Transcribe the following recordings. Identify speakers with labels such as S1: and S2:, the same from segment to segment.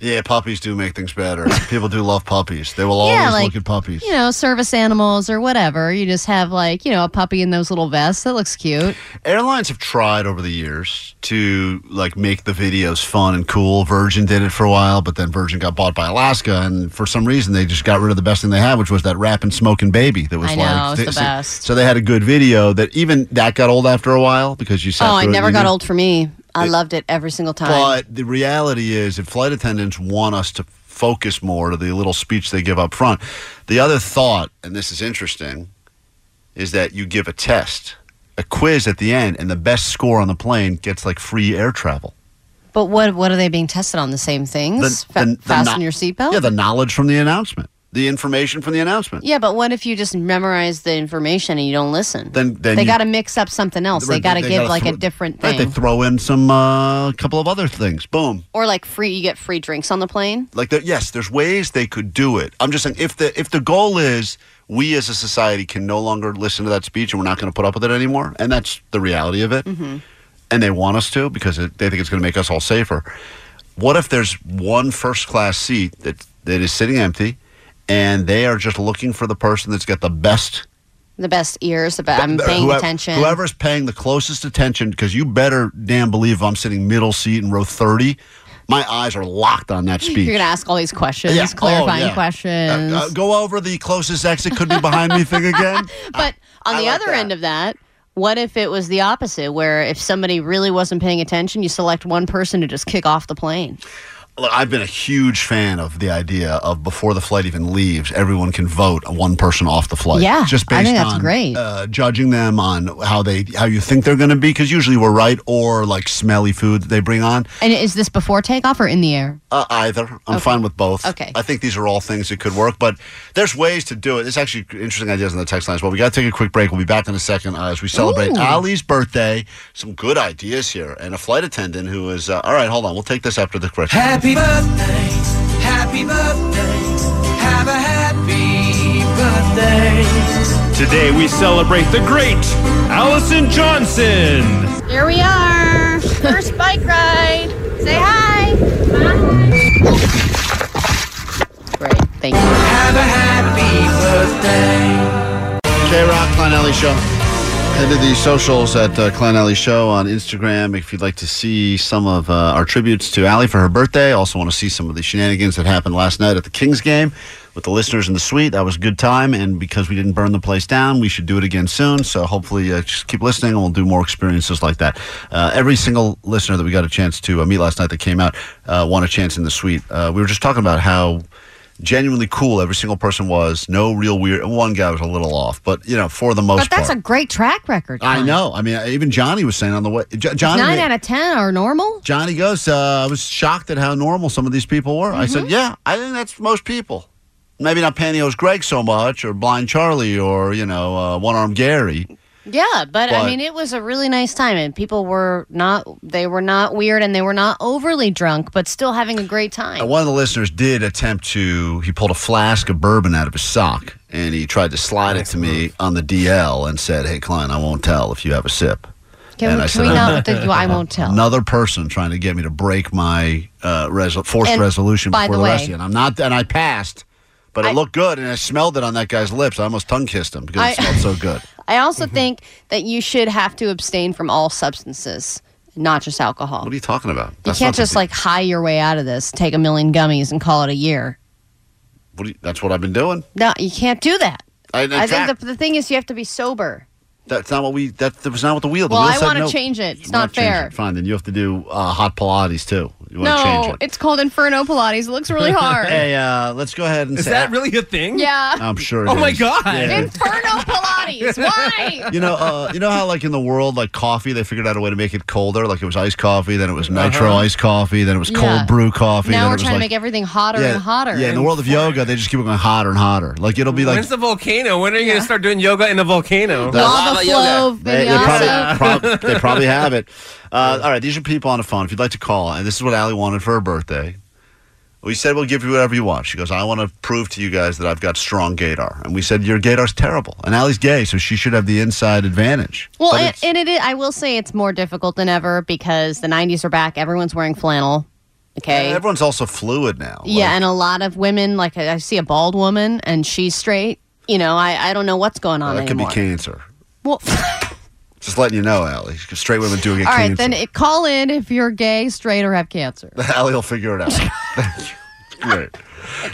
S1: Yeah, puppies do make things better. people do love puppies. They will
S2: Yeah,
S1: always
S2: like,
S1: look at puppies.
S2: you know, service animals or whatever. You just have like, you know, a puppy in those little vests that looks cute.
S1: airlines have tried over the years to like make the videos fun and cool. Virgin did it for a while, but then Virgin got bought by Alaska, and for some reason they just got rid of the best thing they had, which was that rapping smoking baby that was
S2: I know,
S1: like
S2: it was
S1: so-
S2: the best.
S1: So they had a good video that even that got old after a while because you sat.
S2: oh, I
S1: through it
S2: never
S1: and you
S2: got
S1: knew-
S2: old for me. I loved it every single time.
S1: But the reality is, if flight attendants want us to focus more to the little speech they give up front, the other thought, and this is interesting, is that you give a test, a quiz at the end, and the best score on the plane gets like free air travel.
S2: but what what are they being tested on? The same things? Fa-
S1: the
S2: fasten
S1: kno-
S2: your seatbelt?
S1: Yeah, the knowledge from the announcement, the information from the announcement.
S2: Oh. Yeah, but what if you just memorize the information and you don't listen?
S1: Then- then
S2: they
S1: you-
S2: got to mix up something else. they got to give
S1: gotta
S2: like
S1: throw-
S2: a different
S1: Right,
S2: thing,
S1: they throw in some uh, couple of other things. Boom.
S2: or like free. You get free drinks on the plane.
S1: Like there, yes, there's ways they could do it. I'm just saying if the if the goal is we as a society can no longer listen to that speech and we're not going to put up with it anymore, and that's the reality of it.
S2: Mm-hmm.
S1: And they want us to because it, they think it's going to make us all safer. What if there's one first class seat that that is sitting empty, and they are just looking for the person that's got the best
S2: The best ears. The be- I'm
S1: uh,
S2: paying
S1: whoever-
S2: attention.
S1: Whoever's paying the closest attention, because you better damn believe if I'm sitting middle seat in row thirty, my eyes are locked on that speech.
S2: You're gonna ask all these questions,
S1: Yeah.
S2: clarifying
S1: Oh, yeah.
S2: questions.
S1: Uh, uh, go over the closest exit could be behind me thing again.
S2: But on
S1: I
S2: the
S1: like
S2: other
S1: that.
S2: end of that, what if it was the opposite, where if somebody really wasn't paying attention, you select one person to just kick off the plane?
S1: Look, I've been a huge fan of the idea of before the flight even leaves, everyone can vote one person off the flight.
S2: Yeah,
S1: just based
S2: I think that's
S1: on
S2: great.
S1: Uh, judging them on how they how you think they're going to be, because usually we're right, or like smelly food that they bring on.
S2: And is this before takeoff or in the air?
S1: Uh, either. I'm fine with both.
S2: Okay.
S1: I think these are all things that could work, but there's ways to do it. There's actually interesting ideas on the text line as well. We got to take a quick break. We'll be back in a second uh, as we celebrate Ali's birthday. Some good ideas here. And a flight attendant who is, uh, all right, hold on. We'll take this after the quick.
S3: Happy birthday, happy birthday, have a happy birthday.
S4: Today we celebrate the great Allison Johnson.
S5: Here we are. First bike ride. Say hi.
S2: Great. Thank you.
S1: K Rock Klein Alley Show. Head to the socials at uh, Klein Alley Show on Instagram if you'd like to see some of uh, our tributes to Allie for her birthday. Also, want to see some of the shenanigans that happened last night at the Kings game with the listeners in the suite. That was a good time, and because we didn't burn the place down, we should do it again soon. So hopefully, uh, just keep listening, and we'll do more experiences like that. Uh, every single listener that we got a chance to uh, meet last night that came out uh, won a chance in the suite. Uh, we were just talking about how genuinely cool every single person was. No real weird. One guy was a little off, but you know, for the most
S6: But that's a
S1: part.
S6: great track record.
S1: I
S6: John.
S1: know. I mean, even Johnny was saying on the way. Jo- Johnny.
S2: Nine out of ten are normal.
S1: Johnny goes, uh, I was shocked at how normal some of these people were. I said, Yeah, I think that's most people. Maybe not Pantyhose Greg so much, or Blind Charlie, or, you know, uh, One Arm Gary.
S2: Yeah, but,
S1: But-
S2: I mean, it was a really nice time, and people were not they were not weird, and they were not overly drunk, but still having a great time.
S1: Uh, one of the listeners did attempt to, he pulled a flask of bourbon out of his sock and he tried to slide it to me on the DL and said, Hey, Klein, I won't tell if you have a sip.
S2: can
S1: and I
S2: we,
S1: said,
S2: can we
S1: "I'm
S2: not? The, I won't tell.
S1: Another person trying to get me to break my uh, resol- forced
S2: And
S1: resolution
S2: by
S1: before the,
S2: the
S1: rest
S2: way-
S1: of you. And I'm not, and I passed, but it looked good, and I smelled it on that guy's lips. I almost tongue kissed him because it
S2: I-
S1: smelled so good.
S2: I also think that you should have to abstain from all substances, not just alcohol.
S1: What are you talking about?
S2: You
S1: That's
S2: can't
S1: not the
S2: just
S1: deal.
S2: like high your way out of this, take a million gummies, and call it a year.
S1: What do you- that's what I've been doing.
S2: No, you can't do that.
S1: I, in
S2: I
S1: fact,
S2: think the, the thing is you have to be sober.
S1: that's not what we. That, that was not what the wheel. The
S2: Well,
S1: wheel
S2: I
S1: said
S2: wanna
S1: no.
S2: change it. It's
S1: You wanna
S2: not
S1: change
S2: fair.
S1: it. Fine, then you have to do uh, hot Pilates too. You want to
S2: No,
S1: change it?
S2: it's called Inferno Pilates. It looks really hard.
S1: Hey, uh, let's go ahead and
S4: Is
S1: say
S4: that really a thing?
S2: yeah.
S1: I'm sure. it
S4: Oh my
S1: is.
S4: God.
S1: Yeah.
S2: Inferno Pilates. Why?
S1: You know, uh, you know how like in the world, like coffee, they figured out a way to make it colder. Like it was iced coffee, then it was nitro iced coffee, then it was cold
S2: Yeah.
S1: brew coffee.
S2: Now
S1: then
S2: we're
S1: it was
S2: trying to
S1: like,
S2: make everything hotter and hotter.
S1: Yeah, in the world of yoga, they just keep it going hotter and hotter. Like it'll be like
S4: When's the volcano? When are you going to start doing yoga in a volcano?
S1: That's-
S2: lava flow
S1: They, they
S2: vinyasa.
S1: probably, prob- they probably have it. Uh, all right, these are people on the phone. If you'd like to call, and this is what Allie wanted for her birthday. We said we'll give you whatever you want. She goes, I want to prove to you guys that I've got strong gaydar. And we said your gaydar's terrible, and Allie's gay, so she should have the inside advantage.
S2: Well,
S1: But
S2: and,
S1: it's-
S2: and it is, I will say it's more difficult than ever because the 90s are back. Everyone's wearing flannel. Okay.
S1: and everyone's also fluid now.
S2: yeah,
S1: Like,
S2: and a lot of women, like I I see a bald woman and she's straight. You know, I, I don't know what's going on
S1: that could be
S2: anymore.
S1: cancer.
S2: well,
S1: Just letting you know, Allie. 'cause Straight women do get
S2: all right,
S1: cancer.
S2: then it, call in if you're gay, straight, or have cancer.
S1: Allie will figure it out. Thank you. Great.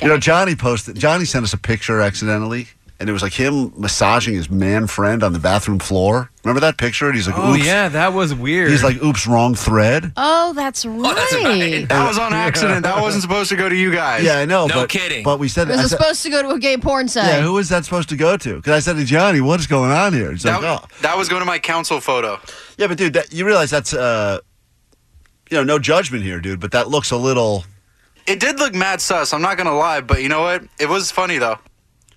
S1: You know, Johnny posted. Johnny sent us a picture accidentally, and it was like him massaging his man friend on the bathroom floor. Remember that picture? And he's like,
S4: oh,
S1: "Oops."
S4: yeah, that was weird.
S1: He's like, "Oops, wrong thread."
S2: Oh, that's right.
S7: That was on accident. That wasn't supposed to go to you guys.
S1: yeah, I know.
S7: No
S1: but,
S7: kidding.
S1: But we said,
S2: This
S1: I
S2: is
S1: said-
S2: supposed to go to a gay porn site.
S1: "Yeah, who is that supposed to go to?" Because I said to Johnny, "What's going on here?" He's
S7: That,
S1: like, "Oh,
S7: that was going to my council photo.
S1: yeah, but dude, that, you realize that's uh, you know, no judgment here, dude. But that looks a little."
S7: It did look mad sus. I'm not going to lie, but you know what? It was funny though.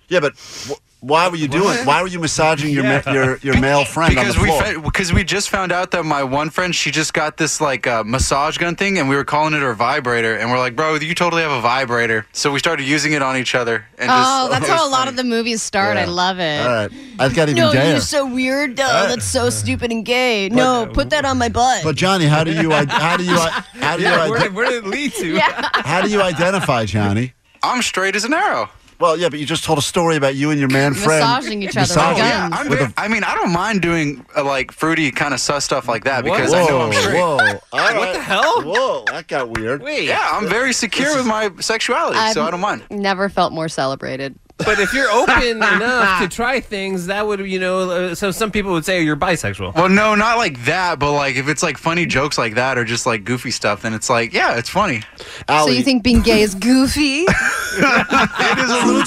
S1: Yeah, but wh- why were you doing? Why were you massaging your ma- your your male friend
S7: because
S1: on the
S7: we
S1: floor?
S7: fe- because we just found out that my one friend she just got this like uh, massage gun thing and we were calling it her vibrator and we're like bro you totally have a vibrator so we started using it on each other and
S2: Oh,
S7: just,
S2: that's
S7: it was
S2: how a lot
S7: funny.
S2: of the movies start. I love it.
S1: All right, I've got even
S2: No,
S1: gayer.
S2: you're so weird. though. that's so stupid and gay.
S7: uh,
S2: no, put that on my butt.
S1: But Johnny, how do you id- how do you i- how do you
S4: yeah, where,
S1: ide-
S4: did- where did it lead to?
S1: how do you identify Johnny?
S7: I'm straight as an arrow
S1: Well, yeah, but you just told a story about you and your man friend
S2: Massaging each other with
S1: Massaging.
S2: guns.
S7: I'm very- I mean I don't mind doing uh, like fruity kind of sus stuff like that because
S1: Whoa,
S7: I know I'm straight
S1: whoa! All right.
S4: the hell?
S1: Whoa, that got weird.
S4: Wait.
S7: yeah I'm very secure with my sexuality so
S2: I've-
S7: I don't mind
S2: Never felt more celebrated.
S4: But if you're open enough to try things, that would, you know, uh, so some people would say you're bisexual.
S7: well no not like that but like if it's like funny jokes like that or just like goofy stuff then it's like yeah it's funny
S1: Allie,
S2: So you think being gay is goofy?
S7: it is a little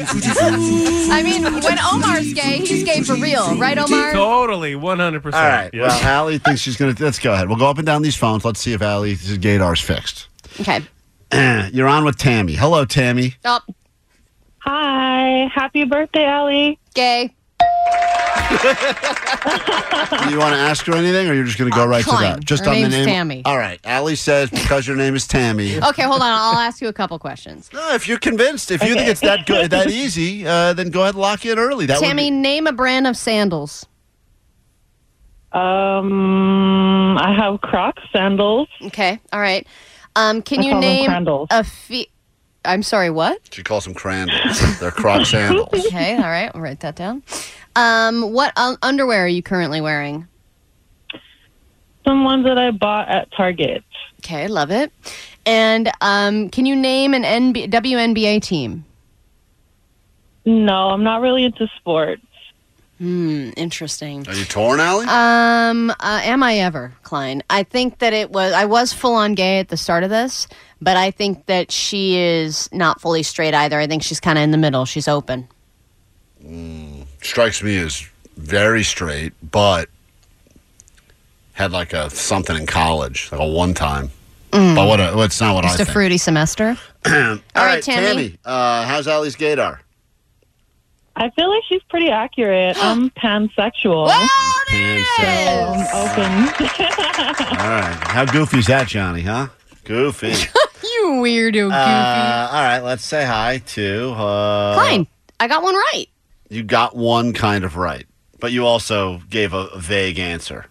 S2: I mean, when Omar's gay, he's gay for real, right, Omar?
S4: Totally, 100%.
S1: All right.
S4: Yeah.
S1: Well, Allie thinks she's gonna. Let's go ahead. We'll go up and down these phones. Let's see if Allie's Gaydar's fixed.
S2: Okay.
S1: You're on with Tammy. Hello, Tammy.
S2: Oh,
S8: Hi. Happy birthday, Allie.
S2: gay.
S1: Do you want to ask her anything, or you're just going to go right
S2: Klein.
S1: to that? Just
S2: Her
S1: on
S2: name's
S1: the name.
S2: Tammy. Oh.
S1: All right. Allie says because your name is Tammy.
S2: Okay, hold on. I'll ask you a couple questions.
S1: No, if you're convinced, if you think it's that good, that easy, uh, then go ahead and lock in early. That would
S2: Tammy,
S1: be-
S2: name a brand of sandals.
S6: Um, I have Crocs sandals.
S2: Okay, all right. Um, can
S6: I
S2: you
S6: call them
S2: name
S6: Crandalls.
S2: a fe- I'm sorry, what?
S1: she calls them crandalls. They're croc sandals.
S2: Okay, all right. I'll write that down. Um, what un- underwear are you currently wearing?
S6: Some ones that I bought at Target.
S2: Okay, love it. And um, can you name an NB- WNBA team?
S6: No, I'm not really into sports.
S2: Hmm, interesting.
S1: Are you torn, Allie?
S2: Um, uh, am I ever, Klein? I think that it was. I was full on gay at the start of this, but I think that she is not fully straight either. I think she's kind of in the middle. She's open.
S1: Strikes me as very straight, but had like a something in college, like a one time. But what? A, well, it's not what
S2: Mm. Just
S1: I
S2: a
S1: think.
S2: fruity semester.
S1: All
S2: All
S1: right,
S2: right, Tammy.
S1: uh, how's Allie's gaydar?
S6: I feel like she's pretty accurate. I'm pansexual.
S1: Pansexual.
S6: I'm open.
S1: All right. How goofy's that, Johnny? Huh? Goofy.
S2: You weirdo, goofy.
S1: Uh, all right. Let's say hi to uh,
S2: Klein, I got one right.
S1: You got one kind of right, but you also gave a, a vague answer.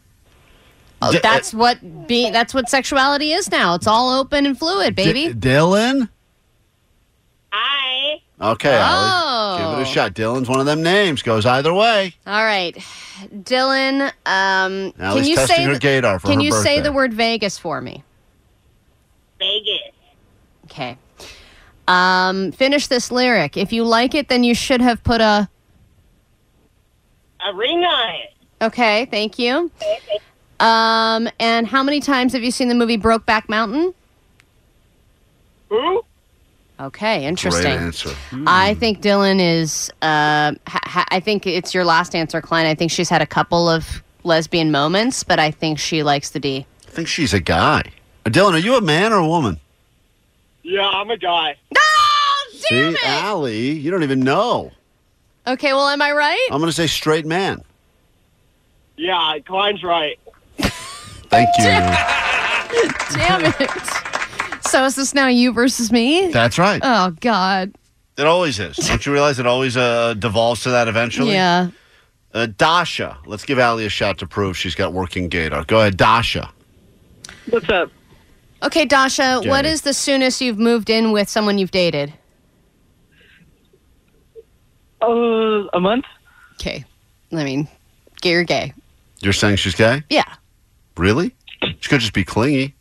S1: D-
S2: That's what being. That's what sexuality is now. It's all open and fluid,
S1: D-
S2: baby.
S1: Dylan.
S6: Hi.
S1: Okay,
S2: Oh.
S1: Ollie. Give it a shot. Dylan's one of them names. Goes either way.
S2: all right, Dylan. Um, can
S1: Allie's
S2: you
S1: testing
S2: say?
S1: her
S2: th-
S1: gaydar for
S2: can
S1: her
S2: you say
S1: birthday.
S2: the word Vegas for me?
S6: Vegas.
S2: Okay. Um, finish this lyric. If you like it, then you should have put a.
S6: A ring on it.
S2: Okay, thank you. Um, and how many times have you seen the movie Brokeback Mountain? Okay,
S1: Great
S2: interesting.
S1: answer.
S2: I think Dylan is. Uh, ha- ha- I think it's your last answer, Klein. I think she's had a couple of lesbian moments, but I think she likes the D.
S1: I think she's a guy. Uh, Dylan, are you a man or a woman?
S6: Yeah, I'm a guy.
S1: See, Ah. Allie, you don't even know.
S2: Okay, well, am I right?
S1: I'm going to say straight man.
S6: Yeah, Klein's right.
S1: Thank you.
S2: Damn it! So is this now you versus me?
S1: That's right.
S2: Oh God!
S1: It always is. Don't you realize it always uh, devolves to that eventually?
S2: Yeah.
S1: Uh, Dasha, let's give Allie a shot to prove she's got working gaydar. Go ahead, Dasha.
S6: What's up?
S2: Okay, Dasha, what
S1: Jenny.
S2: is the soonest you've moved in with someone you've dated?
S6: Uh, a month?
S2: Okay. I mean, gay or gay?
S1: You're saying she's gay?
S2: Yeah.
S1: Really? She could just be clingy.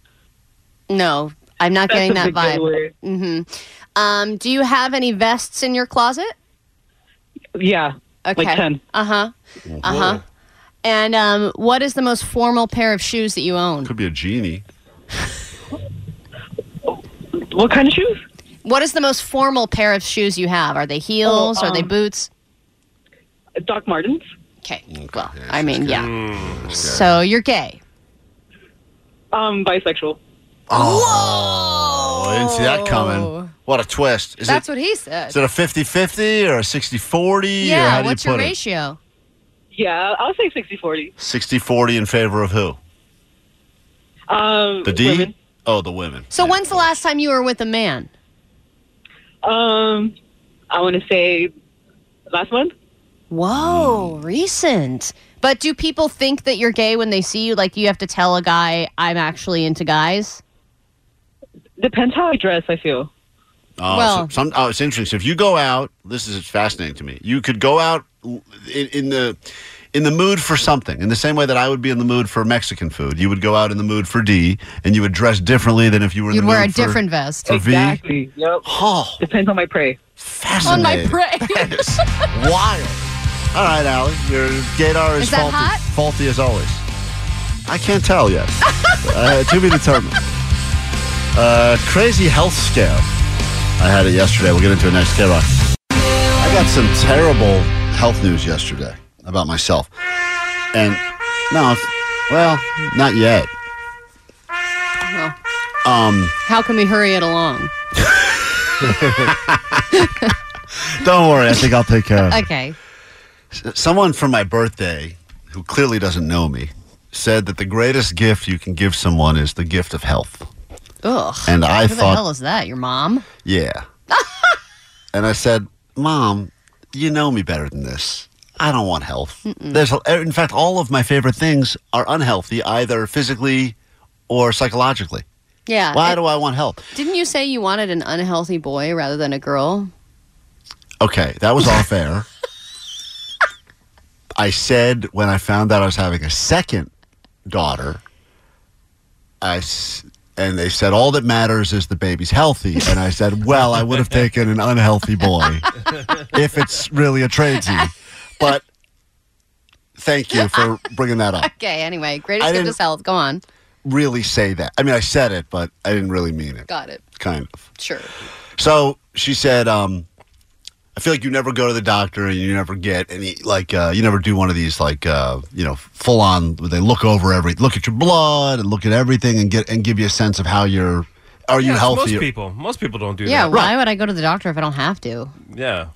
S2: No, I'm not getting that vibe. Mm-hmm. Um, do you have any vests in your closet?
S6: Yeah.
S2: Okay. Uh huh. Uh huh. And um, what is the most formal pair of shoes that you own?
S1: Could be a genie.
S6: What kind of shoes?
S2: What is the most formal pair of shoes you have? Are they heels?
S6: Oh,
S2: Are they
S6: um,
S2: boots?
S6: Doc Martens.
S2: Okay.
S1: Okay,
S2: Well,
S1: yeah,
S2: I
S1: she's
S2: mean,
S1: good.
S2: yeah. So you're gay.
S6: Um, bisexual.
S1: Oh, I didn't see that coming. What a twist. Is,
S2: That's
S1: it,
S2: what he said.
S1: is it a 50 50 or a 60 40? or how
S2: yeah.
S1: do
S2: What's
S1: you
S2: your
S1: put
S2: ratio?
S6: Yeah, I'll say 60-40.
S1: it? 60 40 in favor of who?
S6: Um,
S1: The D?
S6: women.
S1: Oh, the women.
S2: So
S1: Yeah.
S2: when's the last time you were with a man?
S6: Um, I want to say last month.
S2: Whoa,
S1: Mm.
S2: recent. But do people think that you're gay when they see you? Like you have to tell a guy I'm actually into guys?
S6: Depends how I dress. I feel.
S1: Oh,
S2: Well-
S1: so- some, oh, it's interesting. So if you go out, this is fascinating to me. You could go out in, in the in the mood for something, in the same way that I would be in the mood for Mexican food. You would go out in the mood for D, and you would dress differently than if you were. in
S2: You'd
S1: the
S2: wear a
S1: mood for-
S2: different vest.
S1: for V.
S6: Yep.
S1: Oh,
S6: Depends on my prey.
S2: On
S1: fascinating!
S2: my prey.
S1: That is wild. All right, Allie, your gaydar is,
S2: Is that
S1: faulty,
S2: hot?
S1: faulty as always. I can't tell yet. uh, to be determined. Uh, crazy health scare. I had it yesterday. We'll get into it next. K Rock. I got some terrible health news yesterday about myself. And no, it's- well, not yet. Um,
S2: How can we hurry it along?
S1: don't worry. I think I'll take care of it.
S2: Okay.
S1: S- Someone for my birthday, who clearly doesn't know me, said that the greatest gift you can give someone is the gift of health.
S2: Ugh.
S1: And I
S2: Who the
S1: thought-
S2: hell is that? Your mom?
S1: Yeah. and I said, Mom, you know me better than this. I don't want health. There's, er, in fact, all of my favorite things are unhealthy, either physically or psychologically.
S2: Yeah.
S1: Why
S2: it-
S1: do I want help?
S2: didn't you say you wanted an unhealthy boy rather than a girl?
S1: Okay, that was off air. I said when I found out I was having a second daughter, I s- and they said all that matters is the baby's healthy, and I said, well, I would have taken an unhealthy boy if it's really a tradesy, but thank you for bringing that up.
S2: Okay, anyway,
S1: I
S2: greatest gift
S1: didn't-
S2: is health. Go on.
S1: Really say that? I mean, I said it, but I didn't really mean it.
S2: Got it.
S1: Kind of.
S2: Sure.
S1: So she said, um, I feel like you never go to the doctor and you never get any, like, uh, you never do one of these, like, uh, you know, full on, where they look over every, look at your blood and look at everything and get, and give you a sense of how you're, are you
S4: Yeah, it's
S1: healthy?
S4: Most people, most people don't do
S2: Yeah,
S4: that.
S2: why would I go to the doctor if I don't have to?
S4: Yeah,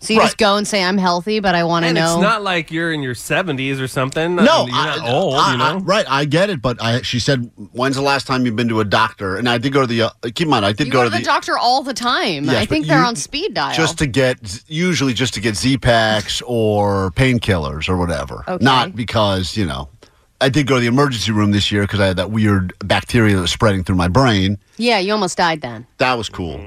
S2: So you
S1: Right.
S2: just go and say I'm healthy, but I want to
S4: and
S2: know.
S4: it's not like you're in your seventies or something. I
S1: No,
S4: mean, you're not
S1: I-
S4: old,
S1: I-
S4: you
S1: I-
S4: know.
S1: right? I get it, but I, she said, "When's the last time you've been to a doctor?" And I did go to the. Uh, keep in mind, I did
S2: you go to
S1: the,
S2: the, doctor all the time.
S1: Yes,
S2: I
S1: but
S2: think they're
S1: you-
S2: on speed dial.
S1: just to get usually just to get Z packs or painkillers or whatever.
S2: Okay.
S1: Not because you know, I did go to the emergency room this year because I had that weird bacteria that was spreading through my brain.
S2: yeah, you almost died then.
S1: That was cool.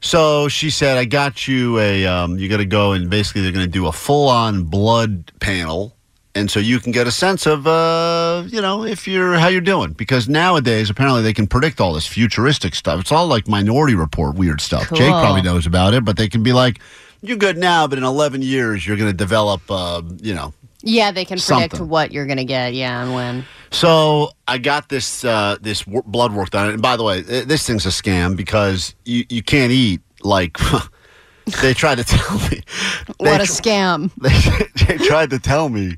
S1: So she said, "I got you a. Um, you got to go and basically they're going to do a full on blood panel." And so you can get a sense of, uh, you know, if you're how you're doing, because nowadays apparently they can predict all this futuristic stuff. It's all like Minority Report weird stuff. Jake
S2: Cool.
S1: probably knows about it, but they can be like, "You're good now, but in 11 years you're going to develop, uh, you know,
S2: Yeah, they can predict
S1: Something.
S2: what you're gonna get. Yeah, and when.
S1: so I got this uh, this w- blood work done, and by the way, th- this thing's a scam because you you can't eat like they tried to tell me. They
S2: What a
S1: tr-
S2: scam.
S1: they, they tried to tell me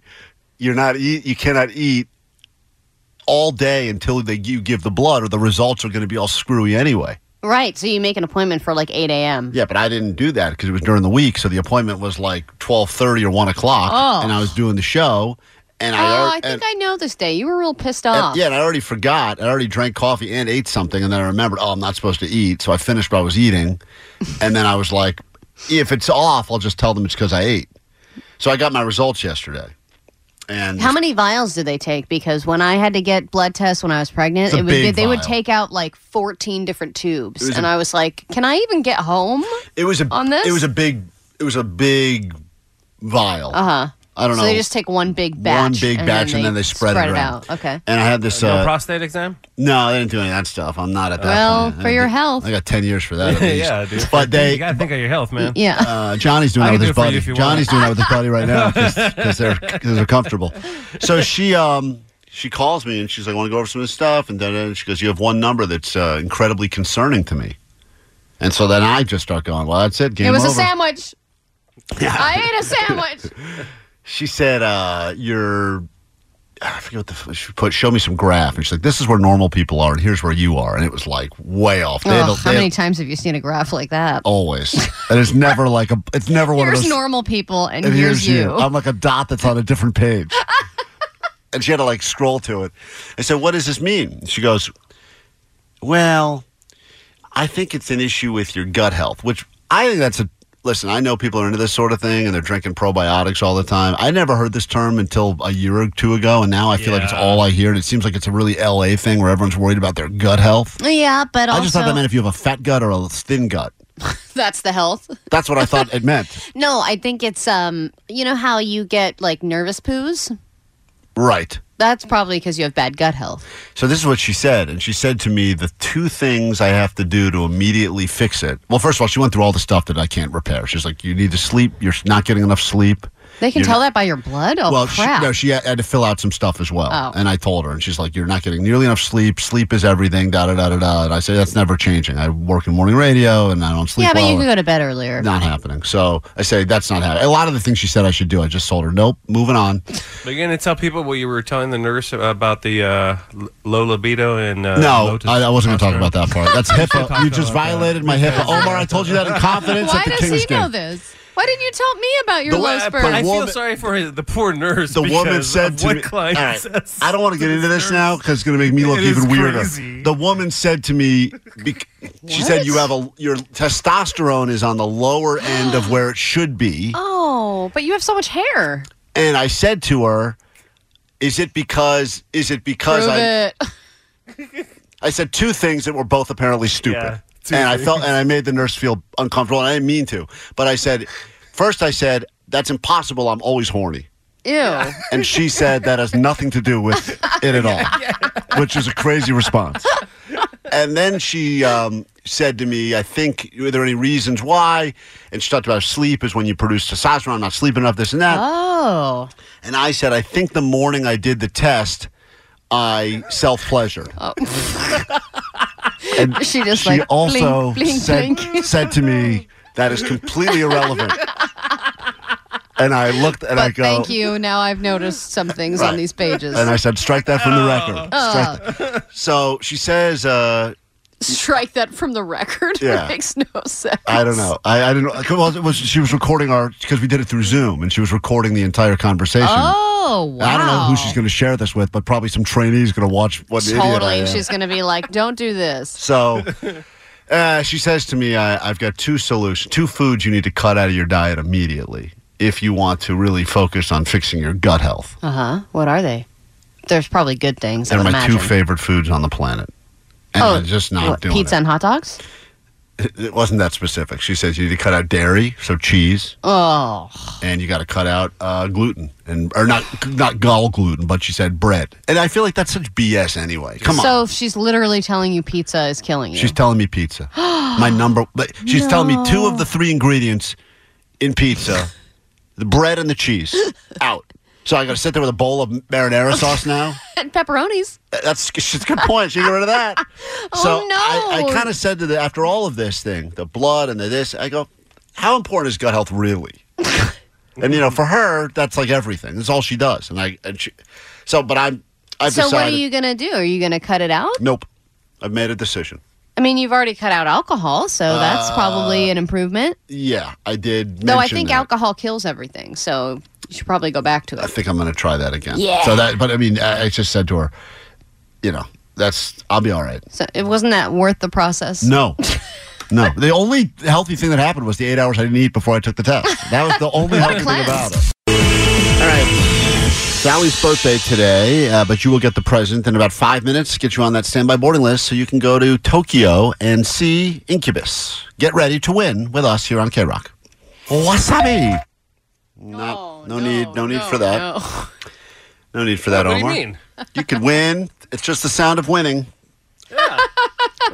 S1: you're not eat you cannot eat all day until they you give the blood, or the results are going to be all screwy anyway.
S2: Right. So you make an appointment for like 8 a.m.
S1: Yeah, but I didn't do that because it was during the week, so the appointment was like twelve thirty or one o'clock,
S2: Oh.
S1: and I was doing the show. And
S2: Oh,
S1: I, al-
S2: I
S1: and-
S2: think I know this day. You were real pissed
S1: And-
S2: off.
S1: yeah, and I already forgot. I already drank coffee and ate something, and then I remembered, oh, I'm not supposed to eat. So I finished what I was eating, and then I was like, if it's off, I'll just tell them it's because I ate. So I got my results yesterday, and
S2: How many vials did they take? Because when I had to get blood tests when I was pregnant,
S1: It's a
S2: it would,
S1: big
S2: they would
S1: vial.
S2: take out like 14 different tubes,
S1: was a-
S2: and I was like, "Can I even get home?"
S1: it was a
S2: on this?
S1: it was a big it was a big vial.
S2: Uh huh.
S1: I don't
S2: So
S1: know.
S2: they just take one big batch,
S1: one big batch, and then they spread, it around.
S2: out. Okay.
S1: And I had this.
S4: No
S1: uh,
S4: prostate exam.
S1: No, they didn't do any of that stuff. I'm not at that.
S2: Well,
S1: point. Uh, I
S2: for your
S1: did-
S2: health.
S1: I got ten years for that. At least.
S4: yeah, dude.
S1: But
S4: you
S1: they,
S4: gotta think of your health, man.
S2: Yeah.
S1: Uh, Johnny's doing
S4: I
S1: that with his
S4: can do it for you
S1: buddy.
S4: if you
S1: Johnny's doing that with his buddy right now because they're because they're comfortable. So she um she calls me and she's like, "I want to go over some of this stuff," and then and she goes, "You have one number that's uh, incredibly concerning to me." And so then I just start going, "Well, that's it. Game
S2: it was
S1: over."
S2: a sandwich. I ate a sandwich.
S1: she said, uh, "You're." I forget what the f- she put. Show me some graph, and she's like, "This is where normal people are, and here's where you are." And it was like way off. They had
S2: Ugh,
S1: a-
S2: how
S1: they
S2: many
S1: had-
S2: times have you seen a graph like that?
S1: always, and it's never like a. It's never one of
S2: Here's
S1: those.
S2: normal people, and,
S1: and
S2: here's, you.
S1: I'm like a dot that's on a different page. and she had to like scroll to it. I said, What does this mean? She goes, Well, I think it's an issue with your gut health, which I think that's a listen, I know people are into this sort of thing and they're drinking probiotics all the time. I never heard this term until a year or two ago, and now I feel like it's
S4: Yeah.
S1: all I hear, and it seems like it's a really LA thing where everyone's worried about their gut health.
S2: yeah, but
S1: I just thought that
S2: also
S1: meant if you have a fat gut or a thin gut.
S2: that's the health.
S1: That's what I thought it meant.
S2: No, I think it's um, you know how you get like nervous poos.
S1: Right.
S2: That's probably because you have bad gut health.
S1: So this is what she said, and she said to me the two things I have to do to immediately fix it. Well, first of all, she went through all the stuff that I can't repair. She's like, you need to sleep. You're not getting enough sleep.
S2: They can
S1: You're
S2: tell that by your blood. Oh
S1: well,
S2: crap!
S1: She, no, she had to fill out some stuff as well,
S2: Oh.
S1: and I told her, and she's like, you're not getting nearly enough sleep. Sleep is everything. Da da da da da. And I said, that's never changing. I work in morning radio, and I don't sleep.
S2: yeah, but
S1: well.
S2: you can go to bed earlier.
S1: not happening. So I say that's not happening. A lot of the things she said I should do, I just told her, nope, moving on.
S4: But you're gonna tell people what you were telling the nurse about the uh, l- low libido and uh,
S1: No,
S4: low
S1: I, I wasn't going to talk about that part. That's HIPAA.
S4: talk
S1: You just
S4: about that
S1: violated my HIPAA. Omar, I told you that in confidence
S2: Why
S1: at the
S2: does
S1: Kings
S2: he know
S1: game.
S2: this? Why didn't you tell me about your
S1: The way
S2: low
S1: I
S2: spurs?
S1: put
S4: I feel
S1: woman-
S4: sorry for his, the poor nurse.
S1: The woman
S4: because
S1: said
S4: of
S1: to
S4: what
S1: me,
S4: Klein
S1: All right,
S4: says.
S1: I don't want to get into this now because it's going to make me look
S4: It
S1: even
S4: is
S1: weirder.
S4: crazy.
S1: The woman said to me, bec- she said, "You have a your testosterone is on the lower end of where it should be."
S2: oh, but you have so much hair.
S1: And I said to her, "Is it because? Is it because
S2: Prove
S1: I?"
S2: it.
S1: I said two things that were both apparently stupid.
S4: Yeah, two
S1: and I felt and I made the nurse feel uncomfortable and I didn't mean to. But I said first I said, That's impossible, I'm always horny.
S2: Ew.
S1: And she said that has nothing to do with it at all. Which was a crazy response. And then she um, said to me, I think, were there any reasons why? And she talked about sleep is when you produce testosterone, I'm not sleeping enough, this and that.
S2: Oh.
S1: And I said, I think the morning I did the test, I self pleasured. and
S2: She just
S1: she
S2: like
S1: also
S2: blink, blink,
S1: said,
S2: blink.
S1: said to me, that is completely irrelevant. and I looked and I
S2: But
S1: go,
S2: thank you. Now I've noticed some things
S1: Right.
S2: on these pages.
S1: And I said, strike that from the record.
S2: Oh.
S1: Strike that. So she says, uh,
S2: Strike that from the record.
S1: Yeah.
S2: It makes no sense.
S1: I don't know. I, I didn't know. 'cause, Well, it was, she was recording our, because we did it through Zoom, and she was recording the entire conversation.
S2: Oh, wow.
S1: I don't know who she's going to share this with, but probably some trainees going to watch what an idiot I
S2: Totally.
S1: am.
S2: She's going to be like, don't do this.
S1: So uh, she says to me, I, I've got two solutions, two foods you need to cut out of your diet immediately if you want to really focus on fixing your gut health.
S2: Uh huh. What are they? There's probably good things. I
S1: They're
S2: would
S1: my
S2: imagine.
S1: two favorite foods on the planet. And
S2: Oh,
S1: I'm just not
S2: What,
S1: doing
S2: pizza and hot dogs?
S1: it. it. It wasn't that specific. She says you need to cut out dairy, so cheese,
S2: Oh,
S1: and you got to cut out uh, gluten, and or not not gall gluten, but she said bread. And I feel like that's such BS anyway. Come on.
S2: so she's literally telling you pizza is killing you.
S1: She's telling me pizza. My number. But she's telling me two of the three ingredients in pizza: the bread and the cheese. Out. So I got to sit there with a bowl of marinara sauce now.
S2: and pepperonis.
S1: That's she's a good point. She got rid of that. so
S2: Oh, no.
S1: I, I kind of said to the after all of this thing, the blood and the this, I go, how important is gut health really? and you know, for her, that's like everything. That's all she does. And I and she, so, but I'm. I've
S2: So what are
S1: decided.
S2: you going to do? Are you going to cut it out?
S1: Nope. I've made a decision.
S2: I mean, you've already cut out alcohol, so that's
S1: Uh,
S2: probably an improvement.
S1: Yeah, I did.
S2: Though I
S1: mention
S2: think
S1: that.
S2: alcohol kills everything, so you should probably go back to
S1: I
S2: it.
S1: think I'm going to try that again. Yeah. So that, but I mean, I, I just said to her, you know, that's I'll be all right.
S2: So it wasn't that worth the process.
S1: No, no. The only healthy thing that happened was the eight hours I didn't eat before I took the test. That was the only healthy thing
S2: cleanse.
S1: about it. All right. Sally's birthday today, uh, but you will get the present in about five minutes. Get you on that standby boarding list so you can go to Tokyo and see Incubus. Get ready to win with us here on K Rock. Wasabi. No, no, need, no, need for that.
S2: no.
S1: No, need for that,
S4: what do you
S1: Omar.
S4: mean?
S1: You could win. It's just the sound of winning.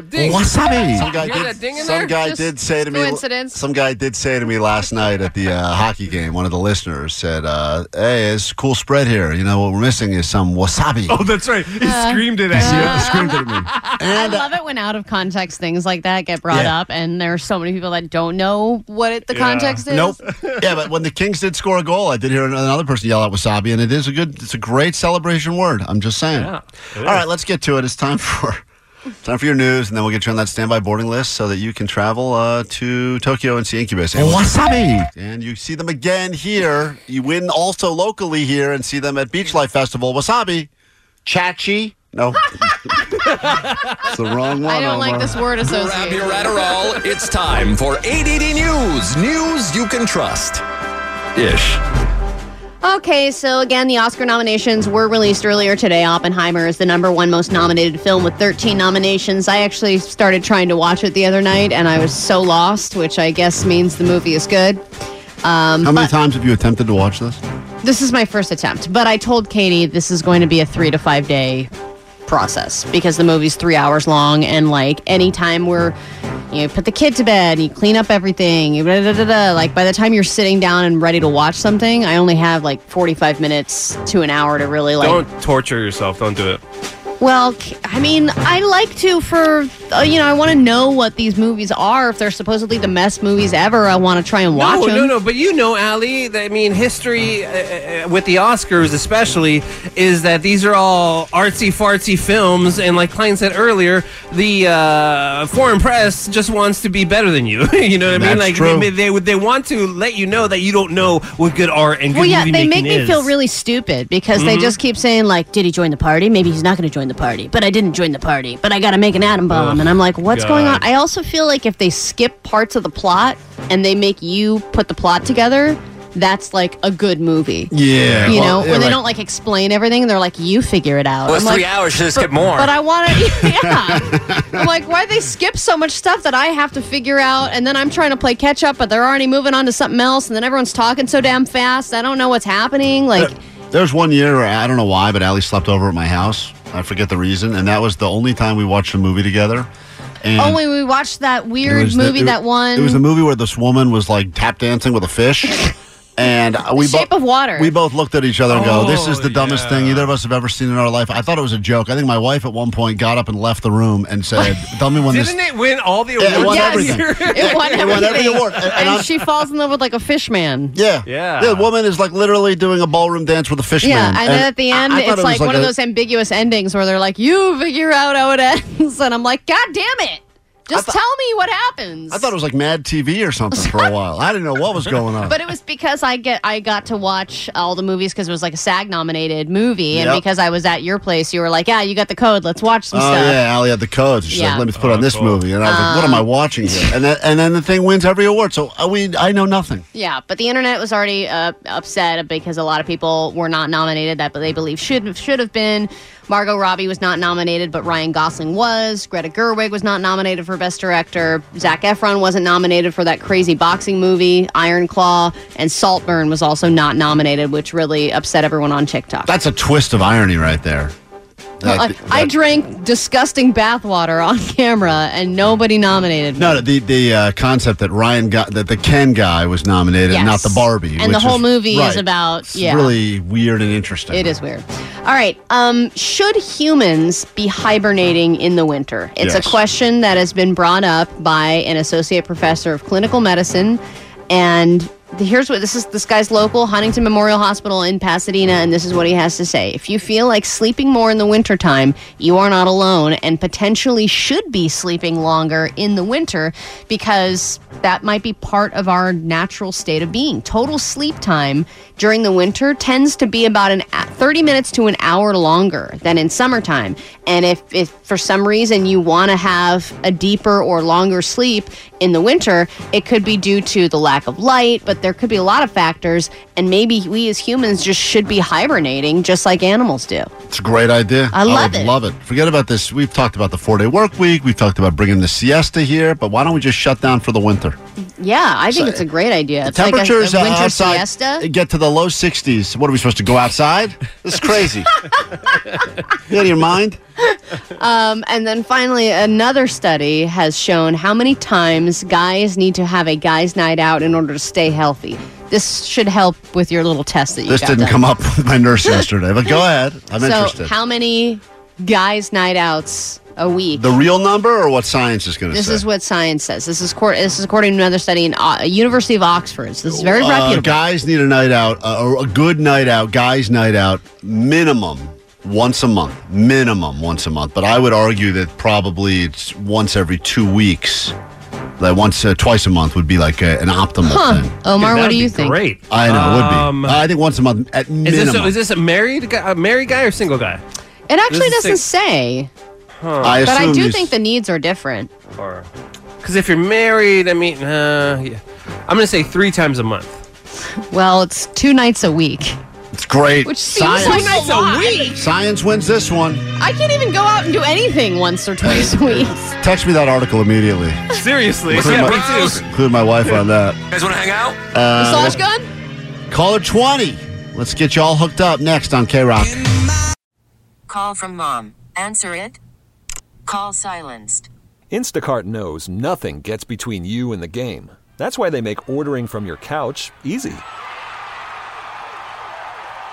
S4: Ding.
S1: Wasabi. Some guy
S4: You hear
S1: did,
S4: that ding in
S1: some
S4: there?
S1: guy
S2: Just
S1: did say to me.
S2: coincidence.
S1: Some guy did say to me last night at the uh, hockey game. One of the listeners said, uh, "Hey, it's a cool spread here. You know what we're missing is some wasabi."
S4: Oh, that's right. He screamed it
S1: You
S4: at
S1: know, screamed it at me.
S2: I
S1: And uh,
S2: love it when out of context things like that get brought
S1: Yeah.
S2: up, and there are so many people that don't know what it, the context is.
S1: nope. Yeah, but when the Kings did score a goal, I did hear another person yell out wasabi, and it is a good. It's a great celebration word. I'm just saying.
S4: Yeah, it
S1: All right, let's get to it. It's time for. Time for your news, and then we'll get you on that standby boarding list so that you can travel uh, to Tokyo and see Incubus. And wasabi! And you see them again here. You win also locally here and see them at Beach Life Festival. Wasabi. Chachi. No. it's the wrong one.
S2: I don't like
S1: Omar.
S2: this word
S8: Grab your
S2: association.
S8: Adderall. It's time for ADD News. News you can trust. Ish.
S2: Okay, so again, the Oscar nominations were released earlier today. Oppenheimer is the number one most nominated film with 13 nominations. I actually started trying to watch it the other night, and I was so lost, which I guess means the movie is good.
S1: How many times have you attempted to watch this?
S2: This is my first attempt, but I told Katie this is going to be a three to five day process because the movie's three hours long, and like anytime we're you know, put the kid to bed, you clean up everything, you da, da, da, da, like by the time you're sitting down and ready to watch something, I only have like 45 minutes to an hour to really like.
S4: Don't torture yourself. Don't do it.
S2: Well, c- I mean, I like to for uh, you know, I want to know what these movies are. If they're supposedly the best movies ever, I want to try and watch
S4: no,
S2: them.
S4: No, no, but you know, Ali. that- I mean, history uh, uh, with the Oscars, especially, is that these are all artsy fartsy films, and like Klein said earlier, the uh, foreign press just wants to be better than you. you know what I mean?
S2: That's
S4: Like
S2: true.
S4: They, they they want to let you know that you don't know what good art and good
S2: Well, yeah,
S4: movie
S2: they make
S4: making
S2: me
S4: is.
S2: feel really stupid because they
S4: Mhm.
S2: just keep saying like, "Did he join the party? Maybe he's not going to join the party." But I didn't join the party. But I got to make an atom bomb,
S9: Ugh,
S2: and I'm like, "What's going on?"
S9: God.
S2: I also feel like if they skip parts of the plot and they make you put the plot together, that's like a good movie.
S9: Yeah,
S2: you
S9: well,
S2: know,
S9: yeah,
S2: when they
S9: right.
S2: don't like explain everything, they're like, "You figure it out."
S9: Well, it's
S2: I'm like,
S9: three hours, should've
S2: "But-
S9: skipped more."
S2: But I want to. Yeah, I'm like, why they skip so much stuff that I have to figure out, and then I'm trying to play catch up, but they're already moving on to something else, and then everyone's talking so damn fast. I don't know what's happening.
S1: Uh,
S2: Like,
S1: There's one year where I don't know why, but Ali slept over at my house. I forget the reason, and that was the only time we watched a movie together. And
S2: oh, when we watched that
S1: it
S2: weird
S1: was the-
S2: movie,
S1: it-
S2: that one,
S1: It was the movie where this woman was like tap dancing with a fish, and we both.
S2: Shape of Water.
S1: We both looked at each other and go, "This
S4: Oh,
S1: is the dumbest thing either of us have ever seen in our life." I thought it was a joke. I think my wife at one point got up and left the room and said, "Tell me when this."
S4: Didn't it win all the awards?
S1: It won
S4: that
S1: everything.
S4: year?
S2: it won
S1: It
S2: everything.
S1: won every award, and-
S2: And,
S1: and I'm-
S2: she falls in love with like a fish man.
S1: Yeah.
S4: Yeah.
S1: The woman is like literally doing a ballroom dance with a fish
S2: yeah,
S1: man.
S2: and then at the end,
S1: I- I thought
S2: it's
S1: it was
S2: like, one of
S1: a-
S2: those ambiguous endings where they're like, "You figure out how it ends," and I'm like, "God damn it! Just tell me what happens."
S1: I thought it was like Mad TV or something for a while. I didn't know what was going on.
S2: But it was because I get I got to watch all the movies because it was like a SAG nominated movie, and
S1: Yep.
S2: because I was at your place, you were like, "Yeah, you got the code. Let's watch some
S1: oh
S2: stuff."
S1: yeah, Ali had the codes. She's
S2: Yeah. Um,
S1: like, "Let me put on this movie," and I was like, "What am I watching here?" And then, and then the thing wins every award. So uh, we, I know nothing.
S2: Yeah, but the internet was already uh, upset because a lot of people were not nominated that they believe should should have been. Margot Robbie was not nominated, but Ryan Gosling was. Greta Gerwig was not nominated for Best Director. Zach Efron wasn't nominated for that crazy boxing movie, Iron Claw, and Saltburn was also not nominated, which really upset everyone on TikTok.
S1: That's a twist of irony right there. That-
S2: Like, I drank disgusting bathwater on camera, and nobody nominated me.
S1: no, no, the the uh, concept that Ryan got that the Ken guy was nominated,
S2: Yes.
S1: not the Barbie,
S2: And the
S1: which
S2: whole movie is
S1: right.
S2: about-
S1: It's
S2: yeah.
S1: really weird and interesting.
S2: It is weird. All right. Um, should humans be hibernating in the winter? It's
S9: Yes.
S2: a question that has been brought up by an associate professor of clinical medicine. And the- here's what this is this guy's local Huntington Memorial Hospital in Pasadena. And this is what he has to say. If you feel like sleeping more in the wintertime, you are not alone and potentially should be sleeping longer in the winter because that might be part of our natural state of being. Total sleep time during the winter tends to be about an a- 30 minutes to an hour longer than in summertime. And if, if for some reason you want to have a deeper or longer sleep in the winter, it could be due to the lack of light, but there could be a lot of factors. And maybe we as humans just should be hibernating just like animals do.
S1: It's a great idea.
S2: I love
S1: would
S2: it.
S1: Love it. Forget about this. We've talked about the four day work week. We've talked about bringing the siesta here. But why don't we just shut down for the winter?
S2: Yeah, I think it's a great idea. It's like a-
S1: Temperatures
S2: a,
S1: uh,
S2: winter
S1: outside
S2: siesta.
S1: get to the low 60s. What are we supposed to go outside? This is crazy. you out of your mind?
S2: Um, and then finally, another study has shown how many times guys need to have a guys' night out in order to stay healthy. This should help with your little test that you
S1: This
S2: got
S1: didn't
S2: done.
S1: come up with my nurse yesterday, but go ahead. I'm
S2: so,
S1: interested.
S2: how many guys' night outs a week?
S1: the real number or what science is going to say?
S2: This is what science says. This is cor- this is according to another study in uh, University of Oxford. So this is very
S1: Uh,
S2: reputable.
S1: Guys need a night out, uh, or a good night out, guys' night out, minimum once a month. Minimum once a month. But I would argue that probably it's once every two weeks. Like once, uh, twice a month would be like a, an optimal
S2: Huh.
S1: thing.
S2: Omar, what do you think?
S4: Great.
S1: I know it would be.
S4: Um,
S1: Uh, I think once a month at
S4: Is
S1: minimum.
S4: this, a, is this a married guy, a married guy or single guy?
S2: It actually
S4: This
S2: doesn't
S4: is six-
S2: say,
S4: Huh.
S2: but I do think the needs are different.
S4: Because if you're married, I mean, uh, yeah. I'm going to say three times a month.
S2: Well, it's two nights a week.
S1: It's great.
S2: Which seems like a lot.
S1: Science wins this one.
S2: I can't even go out and do anything once or twice a week.
S1: Text me that article immediately.
S4: Seriously.
S1: Include
S4: yeah,
S1: my-
S4: me too.
S1: Include my wife on that.
S8: You guys want to hang out?
S1: Uh,
S2: Massage gun?
S1: Caller 20. Let's get you all hooked up next on K Rock.
S10: Call from mom. Answer it. Call silenced.
S8: Instacart knows nothing gets between you and the game. That's why they make ordering from your couch easy.